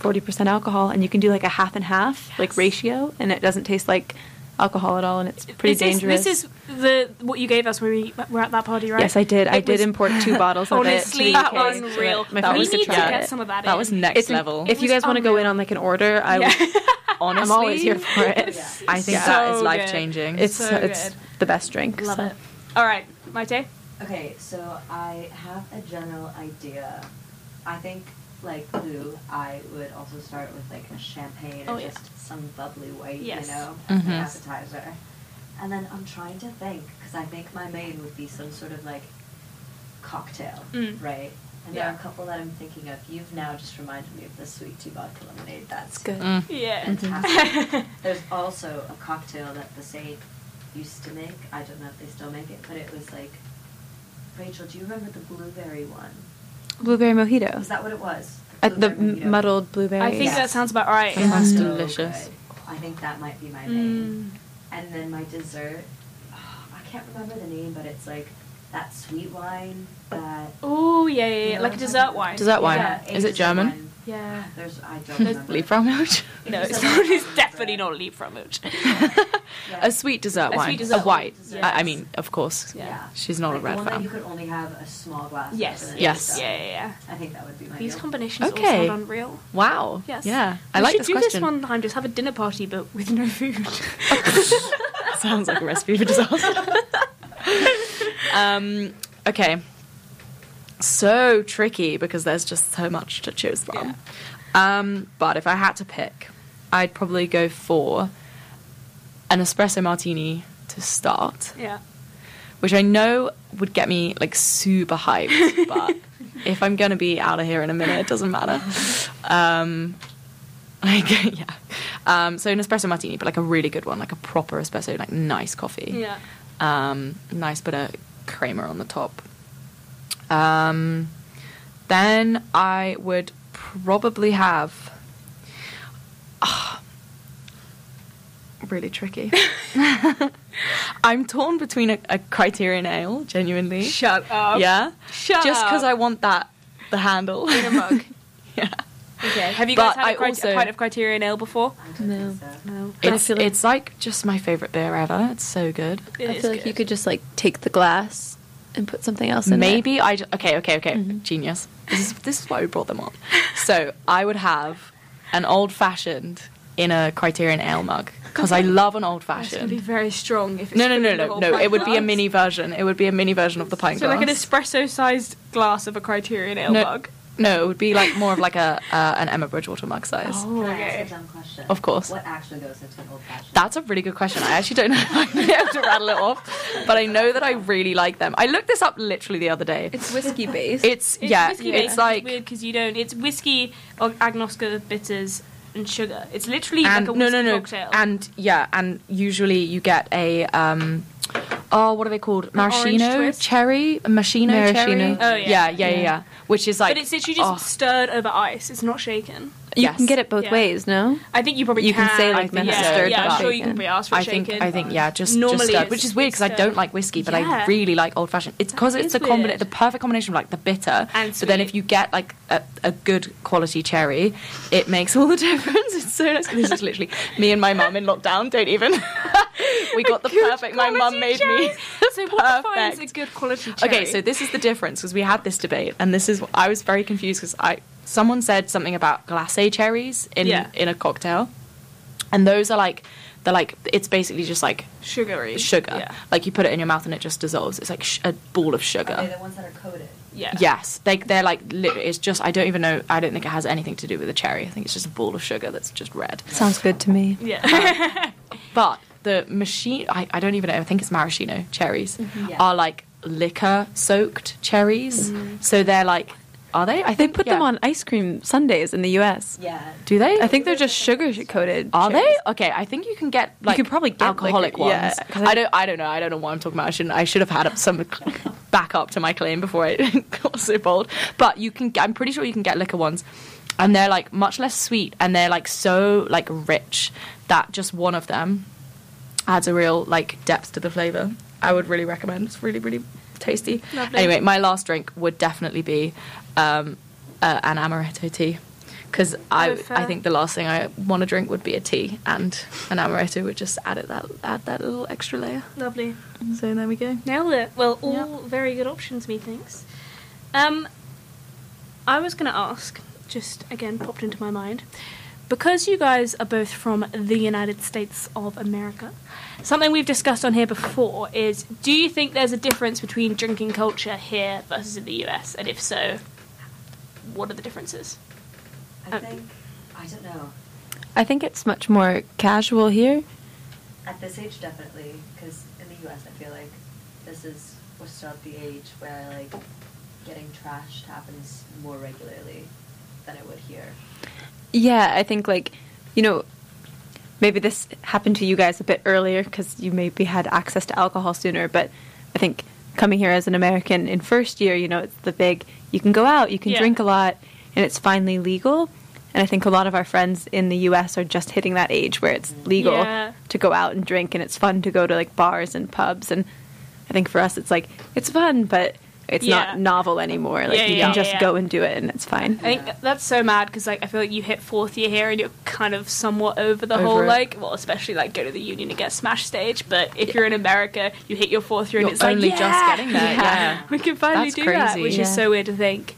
Speaker 4: 40% alcohol. And you can do like a half and half, like
Speaker 2: Yes.
Speaker 4: ratio, and it doesn't taste like alcohol at all. And it's pretty
Speaker 2: this Is,
Speaker 4: dangerous.
Speaker 2: this is the what you gave us when we were at that party, right?
Speaker 4: Yes, I did. I
Speaker 2: It
Speaker 4: did
Speaker 2: was-
Speaker 4: import two bottles of it. to
Speaker 2: Honestly,
Speaker 4: the
Speaker 2: that
Speaker 4: UK.
Speaker 2: was unreal.
Speaker 4: My
Speaker 2: That
Speaker 4: friends
Speaker 2: was
Speaker 4: could
Speaker 2: a
Speaker 4: try
Speaker 2: try.
Speaker 4: it.
Speaker 2: get some of that
Speaker 1: That
Speaker 2: in.
Speaker 1: was next
Speaker 4: It's an-
Speaker 1: level.
Speaker 4: If you guys want to go in
Speaker 2: unreal.
Speaker 4: on like an order, I
Speaker 2: Yeah.
Speaker 4: would,
Speaker 1: Honestly,
Speaker 4: I'm always here for it.
Speaker 3: Yeah.
Speaker 1: I think
Speaker 4: Yeah.
Speaker 1: that is
Speaker 2: So good.
Speaker 1: life changing.
Speaker 4: It's
Speaker 2: So
Speaker 4: it's
Speaker 2: good.
Speaker 4: the best drink.
Speaker 2: Love
Speaker 4: so.
Speaker 2: it. All right, my day.
Speaker 3: Okay, so I have a general idea. I think, like Lou, I would also start with like a champagne
Speaker 2: Oh,
Speaker 3: or
Speaker 2: yeah.
Speaker 3: just some bubbly white,
Speaker 2: Yes.
Speaker 3: you know, as an
Speaker 1: Mhm.
Speaker 3: appetizer. And then I'm trying to think because I think my main would be some sort of like cocktail,
Speaker 2: Mm.
Speaker 3: right? And there
Speaker 2: Yeah.
Speaker 3: are a couple that I'm thinking of. You've now just reminded me of the sweet tea vodka lemonade. That's
Speaker 4: It's good.
Speaker 1: Mm.
Speaker 2: Yeah.
Speaker 3: Fantastic. There's also a cocktail that the Saint used to make. I don't know if they still make it, but it was like, Rachel, do you remember the blueberry one?
Speaker 4: Blueberry mojito.
Speaker 3: Was that what it was?
Speaker 4: Uh, the
Speaker 3: Blueberry mojito.
Speaker 4: m- muddled blueberry.
Speaker 2: I think
Speaker 3: Yes.
Speaker 2: that sounds about right.
Speaker 1: Yeah. Sounds
Speaker 3: So
Speaker 1: delicious.
Speaker 3: good. I think that might be my main.
Speaker 2: Mm.
Speaker 3: And then my dessert, oh, I can't remember the name, but it's like that sweet wine that.
Speaker 2: Oh yeah, yeah, yeah,
Speaker 3: Yeah.
Speaker 2: like a dessert wine.
Speaker 1: Dessert wine.
Speaker 3: Yeah, a
Speaker 1: Is it
Speaker 3: dessert
Speaker 1: German?
Speaker 3: wine.
Speaker 2: Yeah.
Speaker 3: Ah, There's, I don't
Speaker 2: There's
Speaker 3: remember.
Speaker 1: Leaf Ramage.
Speaker 2: No,
Speaker 3: It's
Speaker 2: it's,
Speaker 3: a
Speaker 2: not,
Speaker 3: wine.
Speaker 2: it's definitely not leaf from it.
Speaker 3: Yeah.
Speaker 1: A sweet dessert
Speaker 2: A
Speaker 1: wine.
Speaker 2: sweet dessert
Speaker 1: a white.
Speaker 3: wine.
Speaker 1: I, I
Speaker 2: Yes.
Speaker 1: mean, of course.
Speaker 2: Yeah.
Speaker 1: She's not
Speaker 3: Like
Speaker 1: a
Speaker 3: the
Speaker 1: red
Speaker 3: one that
Speaker 1: fan.
Speaker 3: you could only have a small glass. of
Speaker 2: Yes.
Speaker 3: and
Speaker 1: Yes.
Speaker 3: stuff.
Speaker 2: Yeah, yeah, yeah.
Speaker 3: I think that would be my
Speaker 2: These
Speaker 3: deal.
Speaker 2: combinations all
Speaker 1: Okay.
Speaker 2: sound unreal.
Speaker 1: Wow.
Speaker 2: Yes.
Speaker 1: Yeah. I
Speaker 2: we
Speaker 1: like
Speaker 2: should
Speaker 1: this
Speaker 2: do
Speaker 1: question.
Speaker 2: this one time. Just have a dinner party, but with no food.
Speaker 1: Sounds like a recipe for disaster. um, okay. So tricky because there's just so much to choose from. Um, but if I had to pick, I'd probably go for an espresso martini to start,
Speaker 2: yeah.
Speaker 1: which I know would get me like super hyped, but if I'm gonna be out of here in a minute, it doesn't matter. Um, like, yeah. Um, so an espresso martini, but like a really good one, like a proper espresso, like nice coffee
Speaker 2: Yeah.
Speaker 1: um, nice bit of creamer on the top. Um, then I would probably have. Ah, really tricky. I'm torn between a, a Criterion Ale, genuinely.
Speaker 2: Shut up.
Speaker 1: yeah,
Speaker 2: Shut
Speaker 1: just because
Speaker 2: up.
Speaker 1: I want that the handle.
Speaker 2: In a mug.
Speaker 1: yeah,
Speaker 2: Okay. Have you
Speaker 1: But
Speaker 2: guys had
Speaker 1: I
Speaker 2: a, cri-
Speaker 1: also-
Speaker 2: a pint of Criterion Ale before?
Speaker 3: I don't
Speaker 4: No.
Speaker 3: think so.
Speaker 2: No.
Speaker 1: it's it's like just my favorite beer ever. It's so good.
Speaker 4: I feel like you could just like take the glass and put something else in it.
Speaker 1: Maybe I ju- okay, okay, okay.
Speaker 2: Mm-hmm.
Speaker 4: Mhm.
Speaker 1: Genius. This is this is why we brought them on. So I would have an old fashioned in a Criterion ale mug because I love an old
Speaker 2: It's gonna be
Speaker 1: fashioned.
Speaker 2: very strong. If it's
Speaker 1: No, no,
Speaker 2: filling
Speaker 1: no,
Speaker 2: the
Speaker 1: no,
Speaker 2: whole
Speaker 1: no.
Speaker 2: pint
Speaker 1: It would be a
Speaker 2: glass.
Speaker 1: mini version. It would be a mini version of the pint
Speaker 2: So
Speaker 1: glass.
Speaker 2: like an espresso-sized glass of a Criterion Ale
Speaker 1: No.
Speaker 2: mug.
Speaker 1: no, it would be like more of like a uh, an Emma Bridgewater mug size.
Speaker 2: Oh,
Speaker 3: Can I
Speaker 2: okay.
Speaker 3: ask a dumb question?
Speaker 1: Of course.
Speaker 3: What actually goes into an old fashioned?
Speaker 1: That's a really good question. I actually don't know if I'm gonna be able to rattle it off, but I know that I really like them. I looked this up literally the other day.
Speaker 4: It's whiskey based.
Speaker 1: It's, yeah,
Speaker 2: whiskey
Speaker 1: it's
Speaker 2: based,
Speaker 1: like
Speaker 2: weird because you don't. It's whiskey, or agnostic bitters, and sugar. It's literally
Speaker 1: and
Speaker 2: like a
Speaker 1: no,
Speaker 2: whiskey
Speaker 1: no, no,
Speaker 2: cocktail.
Speaker 1: and yeah, and usually you get a um, oh, what are they called? Maraschino
Speaker 2: twist?
Speaker 1: cherry, maraschino, cherry.
Speaker 4: Maraschino.
Speaker 2: Oh,
Speaker 1: yeah,
Speaker 2: yeah.
Speaker 1: yeah, yeah, yeah. Which is like,
Speaker 2: but it's literally just
Speaker 1: oh,
Speaker 2: stirred over ice. It's not shaken.
Speaker 4: You
Speaker 1: Yes.
Speaker 4: can get it both
Speaker 2: Yeah.
Speaker 4: ways, no?
Speaker 2: I think you probably
Speaker 4: You can say, like,
Speaker 2: I think,
Speaker 1: Manhattan
Speaker 2: yeah,
Speaker 1: stirred,
Speaker 2: Yeah,
Speaker 1: but-
Speaker 2: I'm sure you can be asked for
Speaker 1: I
Speaker 2: shaken.
Speaker 1: think I think yeah, just
Speaker 2: Normally
Speaker 1: just stirred,
Speaker 2: it's-
Speaker 1: which is weird because I
Speaker 2: it's
Speaker 1: don't
Speaker 2: stirred.
Speaker 1: like whiskey, but I
Speaker 2: Yeah.
Speaker 1: really like old fashioned. It's because
Speaker 2: That
Speaker 1: it's the
Speaker 2: is
Speaker 1: combina-
Speaker 2: weird.
Speaker 1: the perfect combination of like the bitter
Speaker 2: And
Speaker 1: But then
Speaker 2: sweet.
Speaker 1: if you get like a, a good quality cherry, it makes all the difference. It's so nice. This is literally me and my mum in lockdown. Don't even. we got the perfect. My mum made me.
Speaker 2: So what defines a
Speaker 1: perfect-
Speaker 2: good quality cherry?
Speaker 1: Okay, so this is the difference because we had this debate, and this is I was very confused because I someone said something about glacé cherries in
Speaker 2: Yeah.
Speaker 1: in a cocktail, and those are like they're like it's basically just like
Speaker 2: sugary
Speaker 1: sugar.
Speaker 2: Yeah.
Speaker 1: Like you put it in your mouth and it just dissolves. It's like sh- a ball of sugar.
Speaker 3: Are they the ones that are coated?
Speaker 2: yeah.
Speaker 1: Yes, they they're like literally. It's just I don't even know. I don't think it has anything to do with the cherry. I think it's just a ball of sugar that's just red.
Speaker 4: Sounds good to me.
Speaker 2: Yeah.
Speaker 1: Um, But the machine, I, I don't even know. I think it's maraschino cherries
Speaker 2: Mm-hmm.
Speaker 3: Yeah.
Speaker 1: are like liquor soaked cherries. So they're like, are they? I
Speaker 4: They
Speaker 1: think
Speaker 4: put
Speaker 1: yeah.
Speaker 4: them on ice cream sundaes in the US.
Speaker 3: Yeah.
Speaker 1: Do they?
Speaker 4: I think they're just sugar coated.
Speaker 1: Are they okay? I think you can get like
Speaker 4: could probably get, like,
Speaker 1: alcoholic
Speaker 4: a- yeah,
Speaker 1: ones.
Speaker 4: 'cause
Speaker 1: I
Speaker 4: I-
Speaker 1: don't. I don't know. I don't know what I'm talking about. I shouldn't. I should have had some back up to my claim before I got so bold. But you can. I'm pretty sure you can get liquor ones, and they're like much less sweet, and they're like so like rich that just one of them adds a real like depth to the flavor. I would really recommend. It's really really tasty.
Speaker 2: Lovely.
Speaker 1: Anyway, my last drink would definitely be um, uh, an amaretto tea because I
Speaker 2: Oh, fair.
Speaker 1: I think the last thing I want to drink would be a tea, and an amaretto would just add it that add that little extra layer.
Speaker 2: Lovely.
Speaker 1: So there we go.
Speaker 2: Nailed it. Well, all very good options, methinks. Um, I was going to ask, just again popped into my mind, because you guys are both from the United States of America, something we've discussed on here before is do you think there's a difference between drinking culture here versus in the US? And if so, what are the differences?
Speaker 3: I
Speaker 1: uh,
Speaker 2: Um,
Speaker 3: think I don't know.
Speaker 4: I think it's much more casual here.
Speaker 3: At this age, definitely, because in the U.S., I feel like this is we're still at the age where like getting trashed happens more regularly than it would here.
Speaker 4: Yeah, I think like, you know, maybe this happened to you guys a bit earlier because you maybe had access to alcohol sooner. But I think coming here as an American in first year, you know, it's the big you can go out, you can
Speaker 2: Yeah.
Speaker 4: drink a lot, and it's finally legal. And I think a lot of our friends in the U.S. are just hitting that age where it's legal
Speaker 2: Yeah.
Speaker 4: to go out and drink, and it's fun to go to like bars and pubs. And I think for us, it's like it's fun, but it's
Speaker 2: Yeah.
Speaker 4: not novel anymore. Like
Speaker 2: Yeah,
Speaker 4: you
Speaker 2: yeah,
Speaker 4: can just
Speaker 2: yeah.
Speaker 4: go and do it, and it's fine.
Speaker 2: I think that's so mad because like I feel like you hit fourth year here and you're kind of somewhat over the
Speaker 1: Over
Speaker 2: whole
Speaker 1: it.
Speaker 2: like well especially like go to the union and get smash stage but if you're in America you hit your fourth year
Speaker 1: You're
Speaker 2: and it's
Speaker 1: only
Speaker 2: like
Speaker 1: just
Speaker 2: yeah,
Speaker 1: getting there, yeah.
Speaker 2: we can finally
Speaker 1: That's
Speaker 2: do that
Speaker 1: crazy.
Speaker 2: which is
Speaker 4: Yeah.
Speaker 2: so weird to think.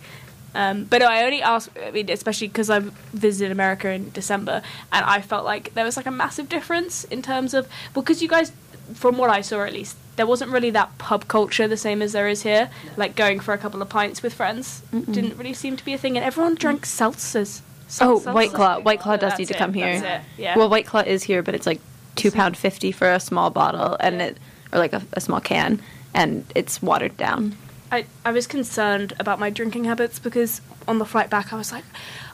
Speaker 2: Um, but no, I only asked, I mean, especially because I visited America in December, and I felt like there was like a massive difference in terms of because you guys, from what I saw at least, there wasn't really that pub culture the same as there is here.
Speaker 3: No.
Speaker 2: Like going for a couple of pints with friends didn't really seem to be a thing, and everyone drank seltzers.
Speaker 4: Mm. Oh,
Speaker 2: Seltzers.
Speaker 4: White Claw. White Claw does
Speaker 2: That's
Speaker 4: need to
Speaker 2: it,
Speaker 4: come here.
Speaker 2: that's it, yeah.
Speaker 4: Well, White Claw is here, but it's like two pound fifty for a small bottle, and
Speaker 2: Yeah.
Speaker 4: it or like a, a small can, and it's watered
Speaker 2: Mm.
Speaker 4: down.
Speaker 2: I, I was concerned about my drinking habits because on the flight back I was like,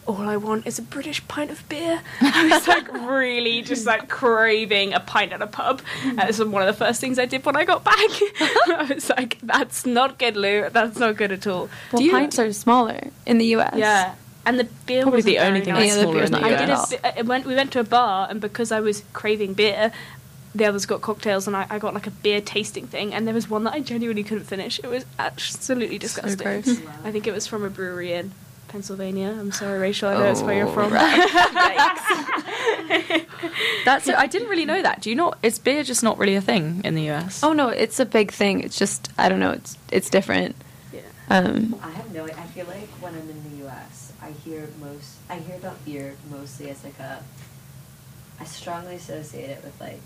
Speaker 2: all I want is a British pint of beer. I was like really just like craving a pint at a pub.
Speaker 4: Hmm.
Speaker 2: And this was one of the first things I did when I got back. I was like, that's not good, Lou. That's not good at all.
Speaker 4: Well,
Speaker 1: you-
Speaker 4: pints are smaller in the U.S.
Speaker 2: Yeah. And the beer
Speaker 1: Probably
Speaker 2: wasn't
Speaker 1: the only
Speaker 2: very
Speaker 1: thing
Speaker 2: nice.
Speaker 1: that's
Speaker 4: Yeah, the
Speaker 1: smaller
Speaker 4: beer's
Speaker 1: in the
Speaker 4: not good
Speaker 2: I
Speaker 1: US.
Speaker 2: did
Speaker 4: at
Speaker 2: a
Speaker 4: all.
Speaker 2: bi- I went, we went to a bar, and because I was craving beer, the others got cocktails, and I, I got like a beer tasting thing, and there was one that I genuinely couldn't finish. It was absolutely disgusting.
Speaker 1: gross.
Speaker 3: Wow.
Speaker 2: I think it was from a brewery in Pennsylvania. I'm sorry, Rachel, I know it's where
Speaker 1: Oh,
Speaker 2: you're from.
Speaker 1: That's it. I didn't really know that. Do you not? Is beer just not really a thing in the US?
Speaker 4: Oh no, it's a big thing. It's just I don't know. It's it's different.
Speaker 2: Yeah.
Speaker 4: Um,
Speaker 3: I have no. I feel like when I'm in the U.S., I hear most. I hear about beer mostly as like a. I strongly associate it with like,